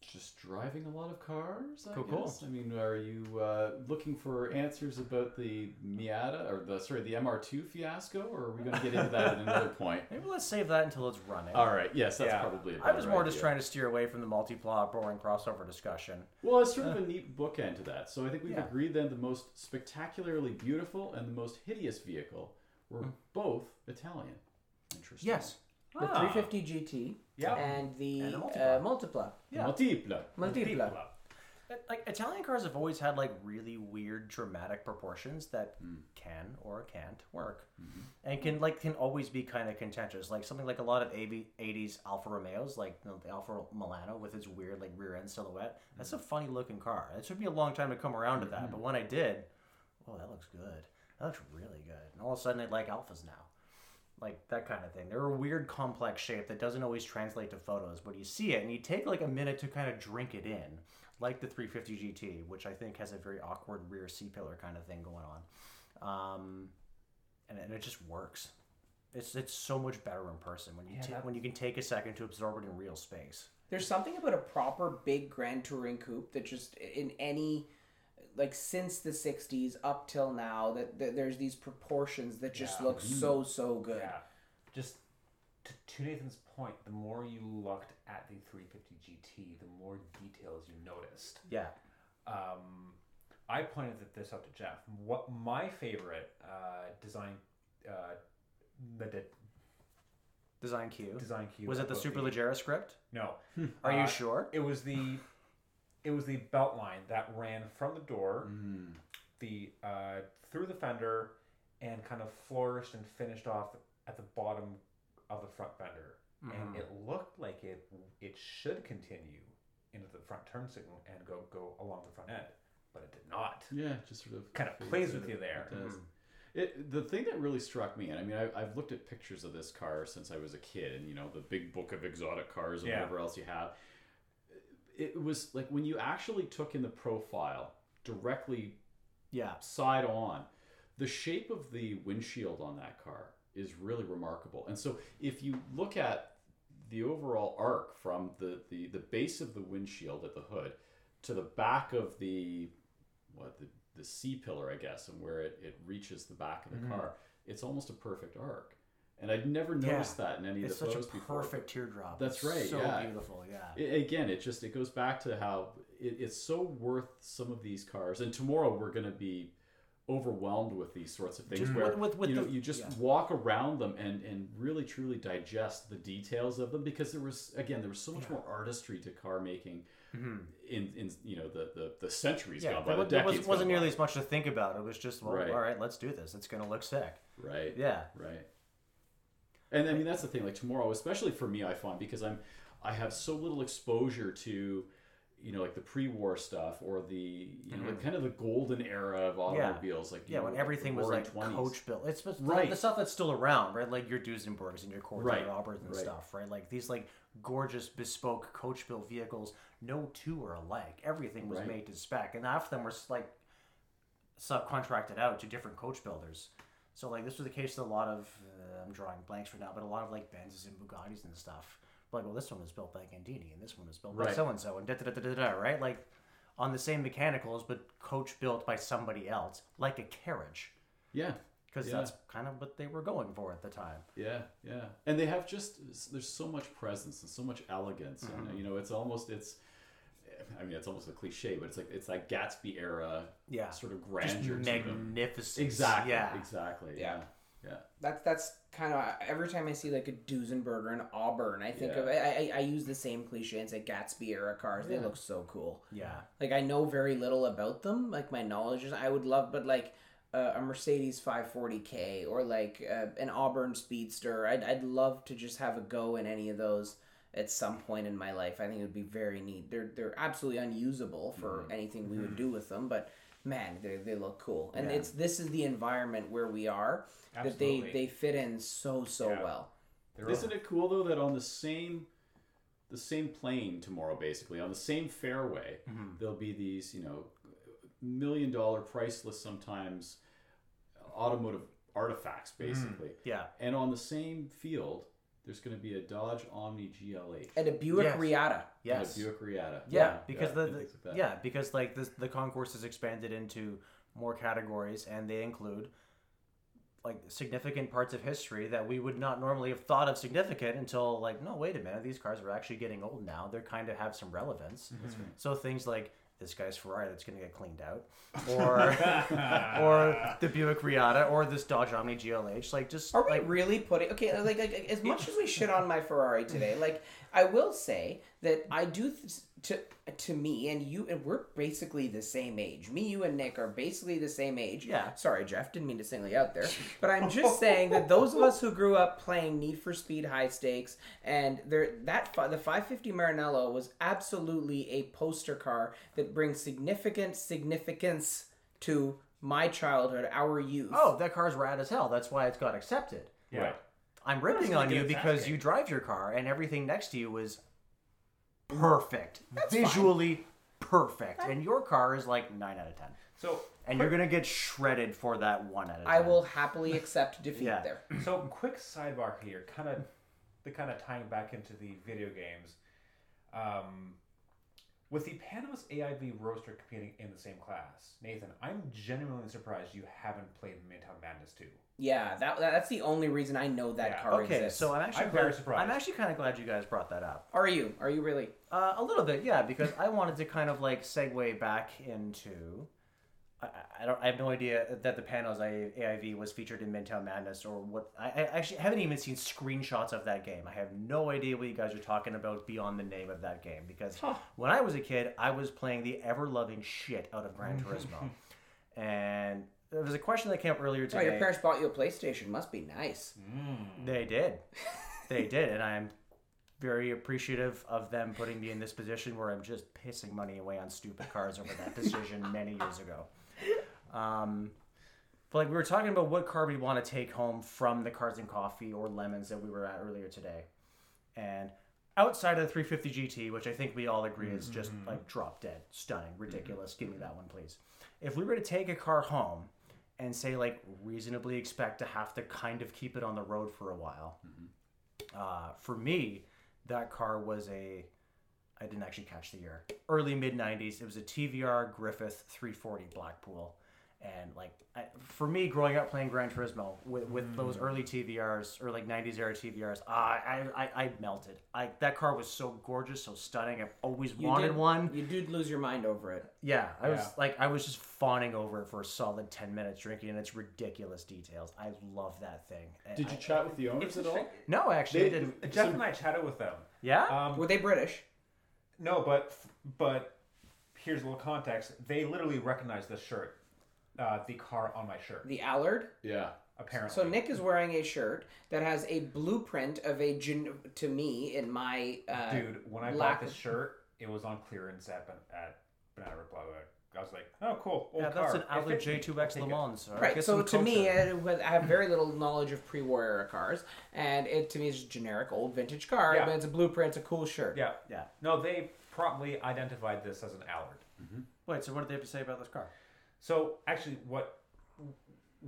S3: Just driving a lot of cars. I
S2: Cool, cool.
S3: guess. I mean, are you uh, looking for answers about the Miata or the sorry the MR2 fiasco, or are we going to get into that at another point?
S2: Maybe let's save that until it's running.
S3: All right. Yes, that's
S1: Yeah.
S3: probably. A
S2: I was
S3: better
S2: more just
S3: idea.
S2: trying to steer away from the multi-plot, boring crossover discussion.
S3: Well, it's sort of a neat bookend to that. So I think we've
S2: Uh. Yeah.
S3: agreed then the most spectacularly beautiful and the most hideous vehicle were both Italian. Interesting.
S2: Mm. Yes.
S4: The
S2: Ah.
S4: 350 GT
S1: Yeah.
S4: and the
S2: And the
S4: uh, Multipla.
S2: Yeah.
S3: Multiple.
S4: Multipla.
S2: Uh, Like Italian cars have always had like really weird dramatic proportions that can or can't work, and can like can always be kind of contentious. Like something like a lot of AB, 80s Alfa Romeos, like you know, the Alfa Milano with its weird like rear end silhouette. That's a funny looking car. It took me a long time to come around to that, but when I did, oh, that looks good. That looks really good. And all of a sudden, I like Alphas now. Like that kind of thing. They're a weird, complex shape that doesn't always translate to photos, but you see it and you take like a minute to kind of drink it in, like the 350 GT, which I think has a very awkward rear C pillar kind of thing going on, um, and, and it just works. It's it's so much better in person when you ta- when you can take a second to absorb it in real space.
S4: There's something about a proper big grand touring coupe that just in any like since the 60s up till now that, that there's these proportions that just
S1: Yeah.
S4: look so so good.
S1: Yeah. Just to, to Nathan's point, the more you looked at the 350 GT, the more details you noticed.
S2: Yeah,
S1: Um, I pointed this out to Jeff. What my favorite uh, design, uh, the de-
S2: design Q.
S1: design cue
S2: Was it the Super Leggera script?
S1: No,
S2: Are
S1: Uh,
S2: you sure?
S1: it was the it was the belt line that ran from the door
S2: Hmm.
S3: Mm.
S1: the uh, through the fender and kind of flourished and finished off at the bottom of the front fender
S2: Mm-hmm.
S1: and it looked like it it should continue into the front turn signal and go go along the front end but it did not
S3: Yeah, it just sort of
S1: Kinda
S3: fades
S1: plays
S3: in.
S1: with you there. Mm-hmm.
S3: It does. It, the thing that really struck me, and I mean, I, I've looked at pictures of this car since I was a kid, and you know, the big book of exotic cars and
S1: Yeah.
S3: whatever else you have. It was like when you actually took in the profile directly
S2: Yeah.
S3: side on, the shape of the windshield on that car is really remarkable. And so if you look at the overall arc from the, the, the base of the windshield at the hood to the back of the what the, the C pillar, I guess, and where it, it reaches the back of the
S2: Mm-hmm.
S3: car, it's almost a perfect arc. And I'd never noticed that in any of
S2: It's
S3: the
S2: such a
S3: photos before.
S2: perfect teardrop.
S3: That's
S2: It's
S3: right,
S2: So
S3: yeah.
S2: beautiful. Yeah.
S3: I again, it just it goes back to how it, it's so worth some of these cars. And tomorrow we're going to be overwhelmed with these sorts of things
S2: Just
S3: where
S2: Mm. with- with- with
S3: you know
S2: the-
S3: you just
S2: yeah.
S3: walk around them and and really truly digest the details of them because there was again there was so much more artistry to car making in in you know the the, the centuries
S2: Yeah,
S3: gone by
S2: there,
S3: the
S2: wa- there
S3: decades
S2: was,
S3: gone
S2: wasn't
S3: by.
S2: nearly as much to think about. It was just, well,
S3: Right.
S2: all right, let's do this. It's going to look sick.
S3: right
S2: Yeah.
S3: Right. And I mean that's the thing. Like tomorrow, especially for me, I find because I'm I have so little exposure to you know like the pre-war stuff or the you know like kind of the golden era of automobiles. Like you
S2: Mm-hmm. Yeah,
S3: know,
S2: when
S3: the
S2: everything was
S3: roaring
S2: like
S3: 20s.
S2: coach built. It's just
S3: Right.
S2: the, stuff that's still around, right? Like your Duesenbergs and your Corvette
S3: Right,
S2: Roberts and
S3: right.
S2: stuff, right? Like these like gorgeous bespoke coach built vehicles. No two are alike. Everything was
S3: Right.
S2: made to spec, and half of them were like subcontracted out to different coach builders. So like this was the case with a lot of uh, I'm drawing blanks right now, but a lot of like Benzes and Bugattis and stuff. Like, well, this one was built by Gandini, and this one was built by
S3: Right.
S2: so and so, and da da da da da. Right, like on the same mechanicals, but coach built by somebody else, like a carriage.
S3: Yeah,
S2: because
S3: Yeah.
S2: that's kind of what they were going for at the time.
S3: Yeah, yeah, and they have just there's so much presence and so much elegance,
S2: Mm-hmm.
S3: and you know, it's almost it's. I mean, it's almost a cliche, but it's like it's like Gatsby era,
S2: Yeah.
S3: sort of
S2: Just
S3: grandeur, to them.
S2: magnificent.
S3: exactly,
S2: Yeah.
S3: exactly,
S4: Yeah.
S3: yeah, yeah,
S4: That's that's kind of every time I see like a Duesenberger in Auburn, I think
S3: Yeah.
S4: of I, I I use the same cliche and say Gatsby era cars. They look so cool.
S2: Yeah.
S4: Like I know very little about them. Like my knowledge is I would love, but like uh, a Mercedes 540k or like uh, an Auburn Speedster. I'd I'd love to just have a go in any of those at some point in my life. I think it would be very neat. They're they're absolutely unusable for anything we would do with them, but. Man, they, they look cool, and it's this is the environment where we are that
S1: Absolutely.
S4: they they fit in so so
S1: Yeah.
S4: well.
S1: They're
S3: Isn't it cool though that on the same the same plane tomorrow basically on the same fairway there'll be these, you know, million dollar priceless sometimes automotive artifacts basically.
S2: Yeah.
S3: And on the same field there's going to be a Dodge Omni GLH.
S4: And a Buick
S2: Yes.
S4: Riata.
S3: and
S2: Yes.
S3: A Buick Riata.
S2: Yeah, because
S3: yeah,
S2: the,
S3: things like
S2: the
S3: that.
S2: yeah because like this the concourse is expanded into more categories and they include like significant parts of history that we would not normally have thought of significant until like no wait a minute these cars are actually getting old now they're kind of have some relevance so things like this guy's Ferrari that's going to get cleaned out or or the Buick Riata or this Dodge Omni GLH like just
S4: Are we
S2: like
S4: really putting okay? Like, like as much as we shit on my Ferrari today, like I will say that I do th- to to me and you and we're basically the same age. Me, you, and Nick are basically the same age.
S2: Yeah.
S4: Sorry, Jeff, didn't mean to single you out there, but I'm just saying that those of us who grew up playing Need for Speed High Stakes and there that fi- the 550 Marinello was absolutely a poster car that brings significant significance to my childhood, our youth.
S2: oh that car's rad as hell that's why it's got accepted
S1: yeah.
S3: Right.
S2: I'm ripping on
S1: get
S2: you
S1: a fast
S2: because
S1: game.
S2: you drive your car and everything next to you is perfect. visually perfect. And your car is like 9 out of 10.
S1: So
S2: And you're going to get shredded for that 1 out of 10.
S4: I will happily accept defeat
S2: Yeah.
S4: there.
S1: So quick sidebar here, kind of, the kind of tying back into the video games. Um, with the Panamas AIV Roaster competing in the same class, Nathan, I'm genuinely surprised you haven't played Midtown Madness 2.
S4: Yeah, that, that that's the only reason I know that
S1: Yeah.
S4: car
S2: Okay,
S4: exists.
S2: so I'm actually
S1: I'm very
S2: glad-
S1: surprised.
S2: I'm actually kind of glad you guys brought that up.
S4: are you? Are you really?
S2: Uh, a little bit, yeah, because I wanted to kind of like segue back into. I- I, I don't. I have no idea that the panels I, AIV was featured in Midtown Madness or what. I, I actually haven't even seen screenshots of that game. I have no idea what you guys are talking about beyond the name of that game because when I was a kid, I was playing the ever loving shit out of Gran Turismo, and there was a question that came up earlier
S4: Oh,
S2: today.
S4: your parents bought you a PlayStation. Must be nice. Mm.
S2: They did. They did, and I'm very appreciative of them putting me in this position where I'm just pissing money away on stupid cars over that decision many years ago. Um, but like we were talking about what car we want to take home from the Cars and Coffee or Lemons that we were at earlier today, and outside of the 350 GT, which I think we all agree is just like drop dead, stunning, ridiculous. Give me that one, please. If we were to take a car home and say like reasonably expect to have to kind of keep it on the road for a while. Uh, for me, that car was a I didn't actually catch the year. Early mid '90s. It was a TVR Griffith 340 Blackpool, and like I, for me, growing up playing Gran Turismo with, with those early TVRs or like '90s era TVRs, I I, I, I melted. I that car was so gorgeous, so stunning. I've always
S4: You
S2: wanted
S4: did-
S2: one.
S4: You did lose your mind over it.
S2: Yeah, I
S1: Yeah.
S2: was like, I was just fawning over it for a solid ten minutes, drinking its ridiculous details. I love that thing. And
S3: Did
S2: I-
S3: you chat with the owners at all?
S2: No, actually, I
S3: They-
S2: didn't.
S1: Jeff and I chatted with them.
S2: Yeah.
S1: Um,
S4: Were they British?
S1: no, but but here's a little context. They literally recognized the shirt, uh, the car on my shirt.
S4: The Allard?
S3: Yeah.
S1: Apparently,
S4: So Nick is wearing a shirt that has a blueprint of a gen- to me in my uh,
S1: dude, when I
S4: lack
S1: bought this
S4: of-
S1: shirt, it on clearance at Ban- at Banana Republic. I was like, oh, cool, old
S2: yeah, that's
S1: car.
S2: an
S1: It
S2: Audi
S1: fits me.
S2: J2X
S1: I'll
S2: Le
S1: take it.
S2: Mans. all
S4: Right,
S2: Get
S4: so
S2: some
S4: to me,
S2: culture.
S4: I, with- I have very little knowledge of pre-war era cars, and it to me is a generic old vintage car.
S1: Yeah.
S4: But it's a blueprint, it's a cool shirt.
S1: Yeah.
S2: yeah.
S1: No, they promptly identified this as an Allard.
S2: Wait, so what did they have to say about this car?
S1: So actually, what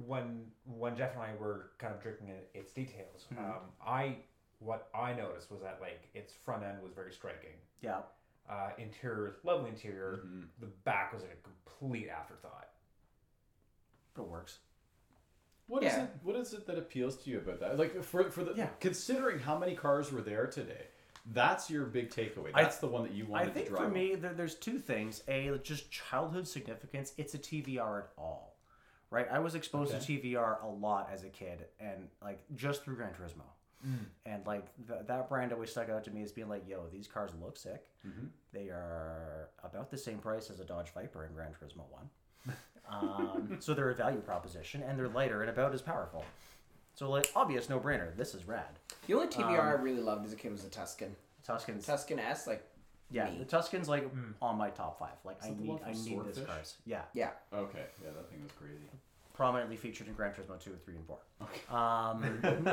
S1: when when Jeff and I were kind of drinking it- its details,
S2: Mm-hmm.
S1: um, I what I noticed was that like its front end was very striking.
S2: Yeah.
S1: Uh, interior, lovely interior. The back was like a complete afterthought.
S2: It works.
S3: What is
S4: Yeah.
S3: it? What is it that appeals to you about that? Like for for the
S1: Yeah.
S3: considering how many cars were there today, that's your big takeaway. That's the one that you
S2: I
S3: wanted
S2: think
S3: to drive.
S2: for me, there, there's two things. A, just childhood significance. It's a TVR at all, right? I was exposed to TVR a lot as a kid, and like just through Gran Turismo,
S3: Mm.
S2: and like th- that brand always stuck out to me as being like, "Yo, these cars look sick.
S3: Mm-hmm.
S2: They are about the same price as a Dodge Viper in Gran Turismo One, um, so they're a value proposition, and they're lighter and about as powerful." So like obvious no brainer. This is rad.
S4: The only TBR I
S2: Um,
S4: really loved as a kid was the Tuscan.
S2: Tuscan's
S4: Tuscan S, like
S2: yeah,
S4: me.
S2: the Tuscan's like on my top five. Like I
S3: Hmm. that the
S2: need
S3: one
S2: I
S3: from
S2: need this
S3: Swordfish?
S2: cars. Yeah,
S4: yeah.
S3: Okay, yeah, that thing was crazy.
S2: prominently featured in Gran Turismo 2, 3, and 4. Um,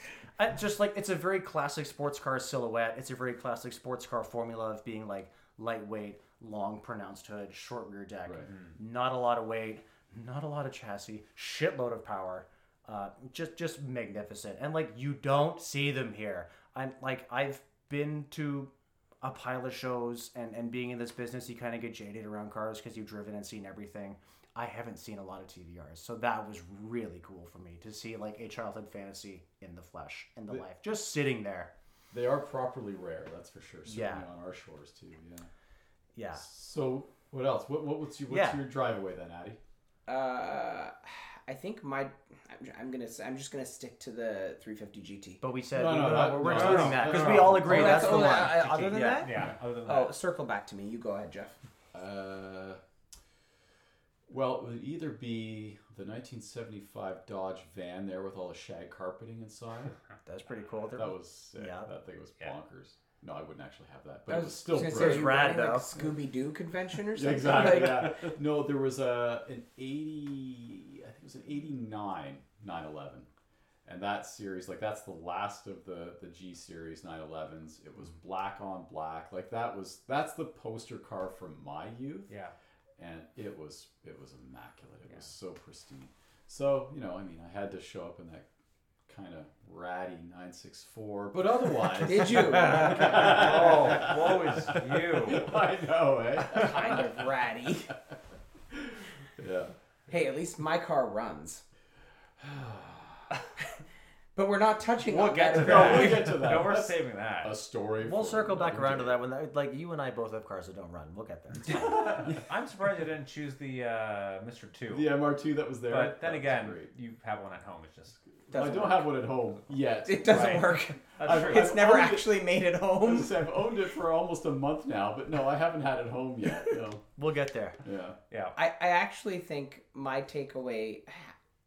S2: I just like it's a very classic sports car silhouette. It's a very classic sports car formula of being like lightweight, long pronounced hood, short rear deck,
S3: Right.
S2: not a lot of weight, not a lot of chassis, shitload of power. Uh, just just magnificent. And like you don't see them here. I'm like I've been to a pile of shows and and being in this business you kind of get jaded around cars because you've driven and seen everything i haven't seen a lot of tvrs so that was really cool for me to see like a childhood fantasy in the flesh in the life just sitting there
S3: They are properly rare, that's for sure. Certainly
S2: Yeah.
S3: on our shores too. Yeah.
S2: yeah
S3: So what else? What, what what's your what's
S2: Yeah.
S3: your drive away then, Addy?
S4: Uh, I think my I'm, I'm gonna I'm just gonna stick to the 350 GT.
S2: but we said
S3: No,
S2: we-
S3: no, that-
S2: we're
S3: no,
S2: excluding
S1: no,
S2: that
S3: no,
S2: because
S3: no,
S2: we
S3: no.
S2: all agree
S4: Oh,
S2: that's,
S4: that's-
S2: the one
S4: oh, uh, other than
S2: yeah.
S4: that?
S1: Yeah. Other than
S4: Oh,
S1: that,
S4: circle back to me. You go ahead, Jeff.
S3: Uh, well, it would either be the 1975 Dodge van there with all the shag carpeting inside.
S2: that's pretty cool
S3: that was sick.
S2: Yeah.
S3: That thing was bonkers.
S1: Yeah.
S3: No, I wouldn't actually have that, but
S4: I
S3: it was still
S4: gonna
S3: brilliant.
S2: It's
S4: say, are you
S2: rad,
S4: running, like,
S2: though.
S4: Scooby Doo convention or
S3: Yeah,
S4: something.
S3: exactly.
S4: Like,
S3: Yeah. No, there was a an eighty. I think it was an eighty-nine 911, and that series, like that's the last of the the G series 911s. It was black on black. Like that was that's the poster car from my youth,
S1: yeah.
S3: and it was it was immaculate. It was so pristine. So you know, I mean, I had to show up in that kind of ratty 964, but otherwise,
S4: Did you? kind
S1: oh, woe is you.
S3: I know, eh?
S4: of ratty.
S3: Yeah.
S4: Hey, at least my car runs. but we're not touching
S1: We'll
S4: on
S1: get
S4: that
S1: to
S4: at all.
S1: that.
S3: we'll get to that.
S1: No, we're
S3: That's
S1: saving that.
S3: A story.
S2: We'll
S3: for
S2: circle back
S3: another
S2: around
S3: day.
S2: to that when that, like you and I both have cars that don't run. We'll get there. It's fine.
S1: I'm surprised you didn't choose the uh, Mr. Two.
S3: the MR2 that was there.
S1: But then
S3: That was
S1: again,
S3: great.
S1: you have one at home. It's just
S3: I
S4: Doesn't
S3: don't
S4: work.
S3: have one at home yet.
S4: It doesn't
S1: Right.
S4: work.
S1: that's
S3: I've-
S1: true.
S4: It's never
S3: owned it.
S4: actually made it
S3: I
S4: home.
S3: was gonna say, I've owned it for almost a month now, but no, I haven't had it home yet. No,
S2: we'll get there.
S3: yeah,
S1: yeah.
S4: I, I actually think my takeaway,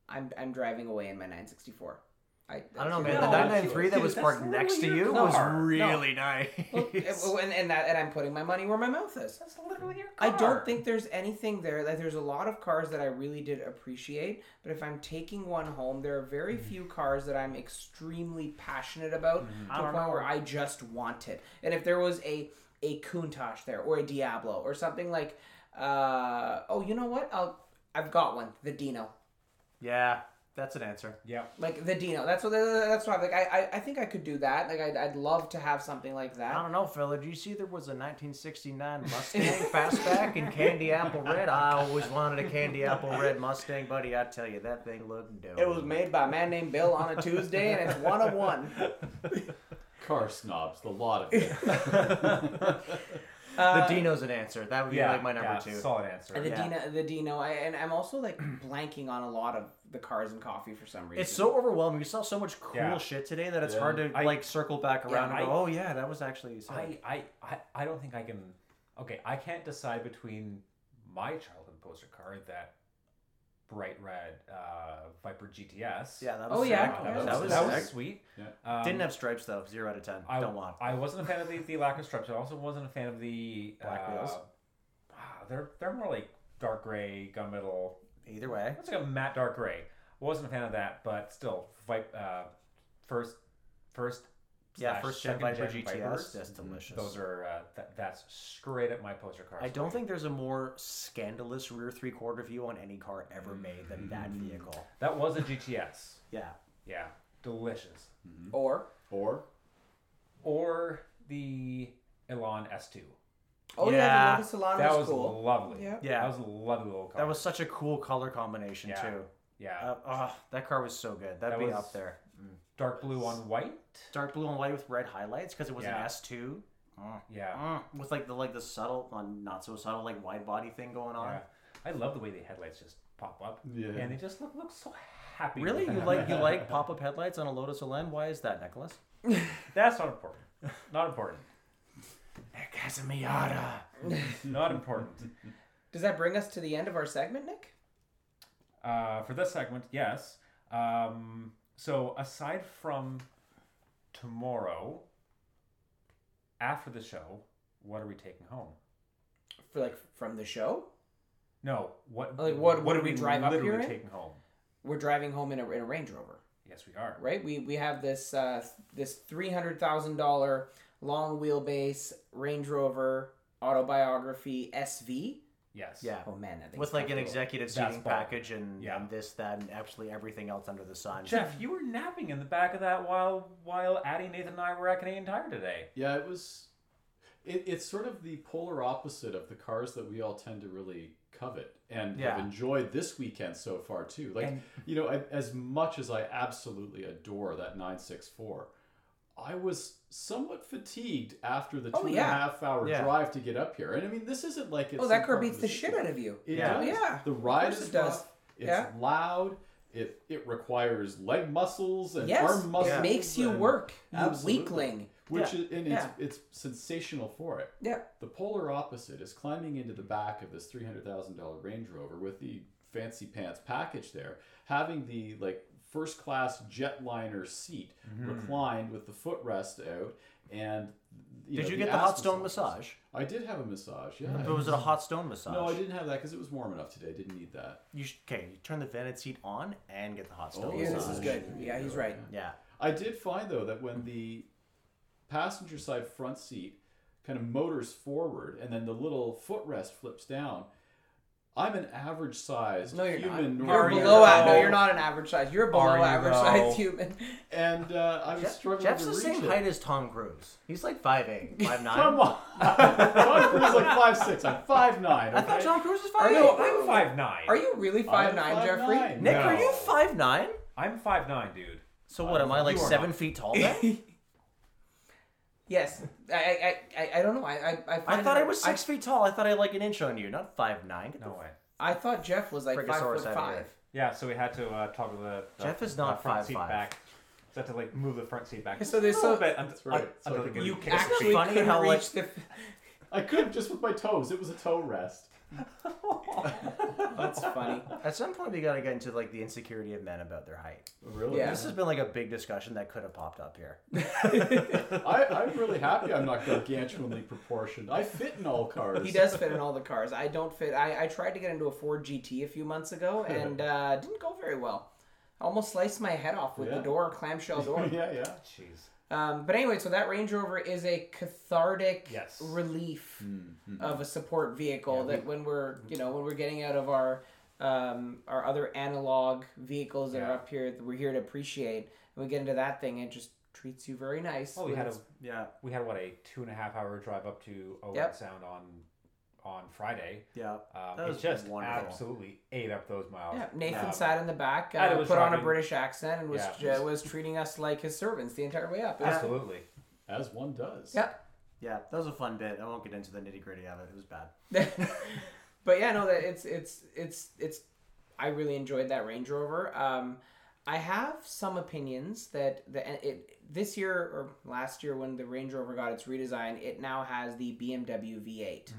S4: I'm I'm driving away in my 964. I,
S2: I don't know, man.
S1: No,
S2: the 993 that
S1: dude,
S2: was
S1: that's
S2: parked
S1: not
S2: next to
S1: really your
S2: you was
S1: car. No.
S2: really nice.
S4: Oh, and, and that and I'm putting my money where my mouth is.
S1: That's literally your
S4: I
S1: car.
S4: don't think there's anything there. Like there's a lot of cars that I really did appreciate, but if I'm taking one home, there are very
S2: Mm-hmm.
S4: few cars that I'm extremely passionate
S2: I
S4: about to the
S2: don't
S4: point
S2: know.
S4: where I just want it. And if there was a a Countach there or a Diablo or something like, uh, oh, you know what? I'll I've got one, the Dino.
S2: Yeah, that's an answer.
S1: Yeah.
S4: Like the Dino. That's what. That's what. I'm Like I, I, I think I could do that. Like I'd, I'd love to have something like that.
S2: I don't know, fella. Did you see there was a 1969 Mustang fastback in candy apple red? I always wanted a candy apple red Mustang, buddy. I tell you, that thing looked dope.
S4: It was made by a man named Bill on a Tuesday, and it's one of one.
S3: car snobs, the lot of it.
S2: the Dino's an answer. That would be
S1: Yeah.
S2: like my number
S1: yeah,
S2: two.
S1: Solid answer.
S4: Uh, The
S2: Yeah.
S4: Dino, the Dino, I, and I'm also like blanking on a lot of the cars and coffee for some reason.
S2: It's so overwhelming. We saw so much cool
S1: Yeah.
S2: shit today that it's
S3: Yeah.
S2: hard to
S1: I-
S2: like circle back around
S1: Yeah,
S2: and go,
S1: I-
S2: "Oh yeah, that was actually." sick."
S1: I, I, I, I don't think I can. Okay, I can't decide between my childhood poster card, that bright red uh, Viper GTS.
S2: yeah, that was
S4: Oh,
S2: sick.
S4: yeah.
S1: that, was,
S2: that was,
S1: that was
S2: sick.
S1: sweet.
S3: Yeah.
S1: Um,
S2: Didn't have stripes though. Zero out of ten.
S1: I
S2: Don't want.
S1: I wasn't a fan of the, the lacquer stripes. I also wasn't a fan of the
S2: Black
S1: uh,
S2: wheels?
S1: ah, they're they're more like dark gray gunmetal.
S2: Either way,
S1: It's like a matte dark gray. Wasn't a fan of that, but still, Vi- uh, first, first,
S2: yeah.
S1: slash
S2: First gen
S1: second
S2: Viper GTS,
S1: Vipers,
S2: that's delicious.
S1: Those are uh, th- that's straight up my poster card.
S2: I don't think there's a more scandalous rear three quarter view on any car ever made than that vehicle.
S1: That was a GTS.
S2: Yeah.
S1: Mm-hmm. Yeah, delicious.
S4: or
S3: Or
S1: Or the Elon S2.
S4: oh yeah,
S2: Yeah,
S4: the Lotus Salon
S1: That
S4: was,
S1: was
S4: cool.
S1: lovely.
S4: Yeah.
S2: Yeah.
S1: that was a lovely little car.
S2: That was such a cool color combination
S1: Yeah.
S2: too.
S1: Yeah,
S2: Uh, oh, that car was so good. That'd
S1: That
S2: be
S1: was-
S2: up there.
S1: dark blue on white.
S2: Dark blue and white with red highlights because it was
S1: Yeah.
S2: an S two. Mm.
S1: Yeah,
S2: With like the like the subtle, uh, not so subtle, like wide body thing going on.
S1: yeah. I love the way the headlights just pop up.
S3: Yeah.
S1: and they just look look so happy.
S2: Really,
S1: with
S2: you
S1: that.
S2: like you like pop up headlights on a Lotus Elan? Why is that, Nicholas?
S1: That's not important. Not important.
S2: That's a Miata.
S1: Not important.
S4: Does that bring us to the end of our segment, Nick?
S1: Uh, for this segment, yes. Um, so aside from tomorrow, after the show, what are we taking home?
S4: For like from the show,
S1: No, what
S4: Like, what- what
S1: are
S4: do we drive up
S1: literally
S4: here in?
S1: taking home?
S4: we're driving home in a, in a Range Rover,
S1: Yes, we are.
S4: right? We we have this uh, this three hundred thousand dollar long wheelbase Range Rover autobiography SV.
S1: Yes.
S2: Yeah,
S4: Oh man, that thing's
S2: with like an
S4: comfortable.
S2: executive
S1: That's
S2: seating
S1: bomb.
S2: package and,
S1: Yeah.
S2: and this, that, and absolutely everything else under the sun.
S1: Jeff, you were napping in the back of that while while Addie, Nathan, and I were at Canadian Tire today.
S3: Yeah, it was. It, it's sort of the polar opposite of the cars that we all tend to really covet and
S2: Yeah.
S3: have enjoyed this weekend so far too. Like
S1: And-
S3: you know, I, as much as I absolutely adore that nine six four, I was somewhat fatigued after the two and a half
S4: Oh, yeah.
S3: hour
S2: Yeah.
S3: drive to get up here. And I mean, this isn't like it's
S4: Oh, that
S3: some
S4: car
S3: part of
S4: beats the shit out of you.
S3: It
S2: Yeah.
S3: does.
S4: Yeah,
S3: The ride
S4: course
S3: is
S4: it does.
S3: rough. It's
S4: Yeah.
S3: loud. It it requires leg muscles and
S4: Yes,
S3: arm muscles.
S4: it makes you
S3: and-
S4: work. You
S3: Absolutely.
S4: weakling.
S3: Which
S2: Yeah.
S3: is, and
S4: Yeah.
S3: it's it's sensational for it.
S4: Yeah.
S3: The polar opposite is climbing into the back of this three hundred thousand dollar Range Rover with the fancy pants package there, having the like first class jetliner seat
S2: Mm-hmm.
S3: reclined with the footrest out, and you
S2: Did
S3: know,
S2: you get the
S3: ass
S2: hot stone massage?
S3: I did have a massage. Yeah.
S2: But was it a hot stone massage?
S3: no, I didn't have that because it was warm enough today. I didn't need that.
S2: You should, okay, you turn the vented seat on and get the hot stone
S3: Oh,
S4: Yeah,
S2: massage.
S4: this is good. Yeah, he's right.
S2: Yeah.
S3: I did find though that when the passenger side front seat kind of motors forward and then the little footrest flips down, I'm an average sized
S4: No, you're
S3: human.
S4: not.
S3: normal
S4: You're
S2: Are you
S4: below average. No,
S2: though?
S4: you're not an average size. You're below
S2: Are you
S4: average
S2: though?
S4: size human.
S3: And uh, I was struggling
S2: Jeff's
S3: to
S2: the
S3: reach
S2: same
S3: it.
S2: height as Tom Cruise. He's like 5'8, 5'9.
S3: Come on, Tom Cruise is like five six. I'm five nine.
S2: I thought Tom Cruise was
S4: Are
S2: 5'8.
S4: you-
S1: No, oh, I'm five nine.
S4: Are you really five nine, Jeffrey?
S2: Nick, are
S1: No.
S2: you 5'9?
S1: I'm five nine, dude.
S2: So what, am I like
S1: You are
S2: 7
S1: not.
S2: feet tall then?
S4: Yes. I I, I, I don't know. I I, I,
S2: I
S4: find
S2: thought
S4: it-
S2: I was 6 feet tall. I thought I had like an inch on you, not 5'9. Get the
S1: No way.
S4: I, thought Jeff was like five
S2: Brachiosaurus
S4: foot
S2: out of here.
S4: five.
S1: Yeah, so we had to uh, toggle the, the
S2: Jeff is
S1: the
S2: not
S1: front
S2: 5'5".
S1: seat back. So I had to like move the front seat back.
S4: So there's
S1: a little
S4: so-
S1: bit. un-
S3: That's right.
S1: un-
S3: So
S1: until
S3: I
S1: they
S3: can-
S1: can
S3: You
S1: kick the
S4: Actually,
S1: seat.
S2: funny
S4: couldn't
S2: how, like-
S4: reach the.
S3: I could just with my toes. It was a toe rest.
S4: That's funny.
S2: At some point, we got to get into like the insecurity of men about their height.
S3: Really?
S4: Yeah.
S2: This has been like a big discussion that could have popped up here.
S3: I, I'm really happy I'm not gargantuanly proportioned. I fit in all cars.
S4: He does fit in all the cars. I don't fit. I, I tried to get into a Ford GT a few months ago and uh, didn't go very well. almost sliced my head off with the
S3: Yeah.
S4: door, clamshell door.
S3: yeah, yeah.
S1: Jeez.
S4: Um, but anyway, so that Range Rover is a cathartic
S1: Yes.
S4: relief of a support vehicle
S1: Yeah,
S4: that when we're you know when we're getting out of our um, our other analog vehicles that are
S1: Yeah.
S4: up here that we're here to appreciate, and we get into that thing, it just treats you very nice.
S1: Well, Oh, we
S4: with
S1: had a
S4: its-
S2: Yeah,
S1: we had what a two and a half hour drive up to Owen
S4: Yep.
S1: Sound on on Friday.
S2: yeah.
S1: Um,
S2: That
S1: it
S2: was
S1: just
S2: wonderful.
S1: absolutely ate up those miles.
S4: yeah, Nathan
S1: Um,
S4: sat in the back,
S1: and
S4: uh,
S1: it
S4: put
S1: was
S4: on a
S1: shocking.
S4: British accent, and was
S1: Yeah.
S4: uh, was treating us like his servants the entire way up. It was-
S1: Absolutely.
S3: As one does.
S4: yeah.
S2: Yeah, that was a fun bit. I won't get into the nitty gritty of it. It was bad.
S4: but yeah, no, that it's it's it's it's. I really enjoyed that Range Rover. Um, I have some opinions that the and it this year or last year when the Range Rover got its redesign, it now has the BMW V8.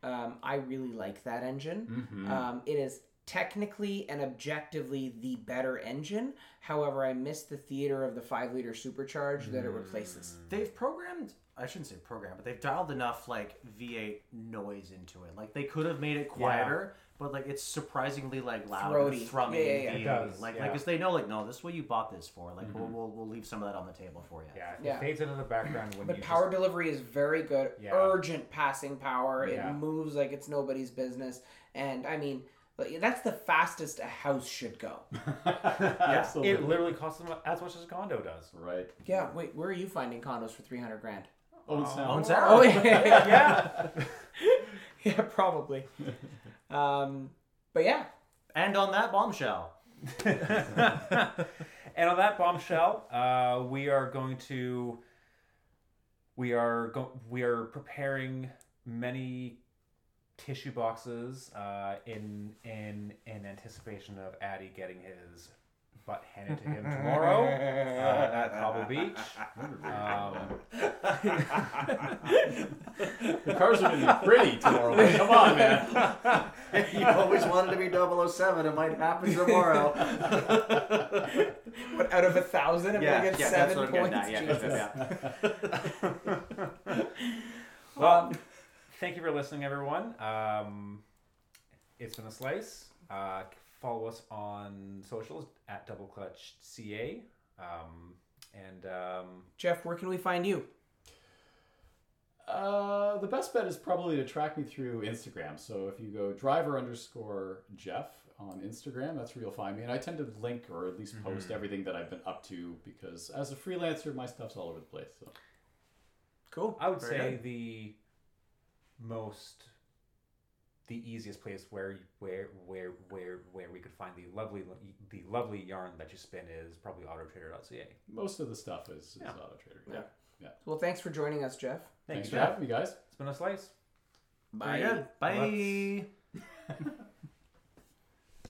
S4: Um, I really like that engine. Um, it is technically and objectively the better engine. However, I miss the theater of the five liter supercharge that it replaces.
S2: They've programmed. I shouldn't say programmed, but they've dialed enough like V8 noise into it. Like they could have made it quieter, but like it's surprisingly like loud,
S4: Throaty.
S2: and thrummy.
S4: Yeah, yeah,
S2: and
S4: yeah. It
S2: beaty.
S1: does,
S2: Like,
S1: yeah. Mm-hmm.
S2: like, 'cause they know, like, no, this is what you bought this for. Like, we'll, we'll we'll leave some of that on the table for you.
S1: Yeah. It
S4: Yeah.
S1: fades into the background when
S4: But
S1: you
S4: power delivery is very good.
S1: Yeah.
S4: Urgent passing power.
S1: Yeah.
S4: It moves like it's nobody's business. And I mean, like, that's the fastest a house should go.
S1: Just,
S3: Absolutely.
S1: it literally costs them as much as a condo does.
S3: Right.
S4: yeah. Wait, where are you finding condos for three hundred grand?
S3: Own
S2: Owns
S3: sound.
S2: that?
S4: Oh yeah,
S1: Yeah.
S4: yeah, probably. Um, but yeah,
S2: And on that bombshell,
S1: and on that bombshell, uh, we are going to we are go- we are preparing many tissue boxes uh, in in in anticipation of Addy getting his butt handed to him tomorrow uh, at Cobble Beach. Um,
S3: The cars are gonna be pretty tomorrow. man. Come on, man.
S5: If you always wanted to be 007, it might happen tomorrow.
S4: But out of a thousand, I'm
S5: yeah,
S4: gonna get
S5: yeah, that's
S4: seven
S5: what I'm
S4: points.
S5: getting at. Yeah,
S4: Jesus.
S5: yeah, yeah.
S1: well, Um, thank you for listening, everyone. Um, it's been a slice. Uh, follow us on socials at Double Clutch CA. Um, and um,
S4: Jeff, where can we find you?
S3: Uh, the best bet is probably to track me through Instagram. So if you go driver underscore Jeff on Instagram, that's where you'll find me. And I tend to link or at least post everything that I've been up to because as a freelancer, my stuff's all over the place. So
S4: Cool.
S1: I would
S4: Very
S1: say
S4: good.
S1: the most, the easiest place where where where where where we could find the lovely the lovely yarn that you spin is probably autotrader.ca.
S3: most of the stuff is, is auto trader. Yeah. Yeah.
S4: Well, thanks for joining us, Jeff.
S1: Thank
S3: Thanks
S1: you,
S3: for
S1: Jeff.
S3: having me, guys.
S1: It's been a slice.
S2: Very good. Bye.
S1: Let's-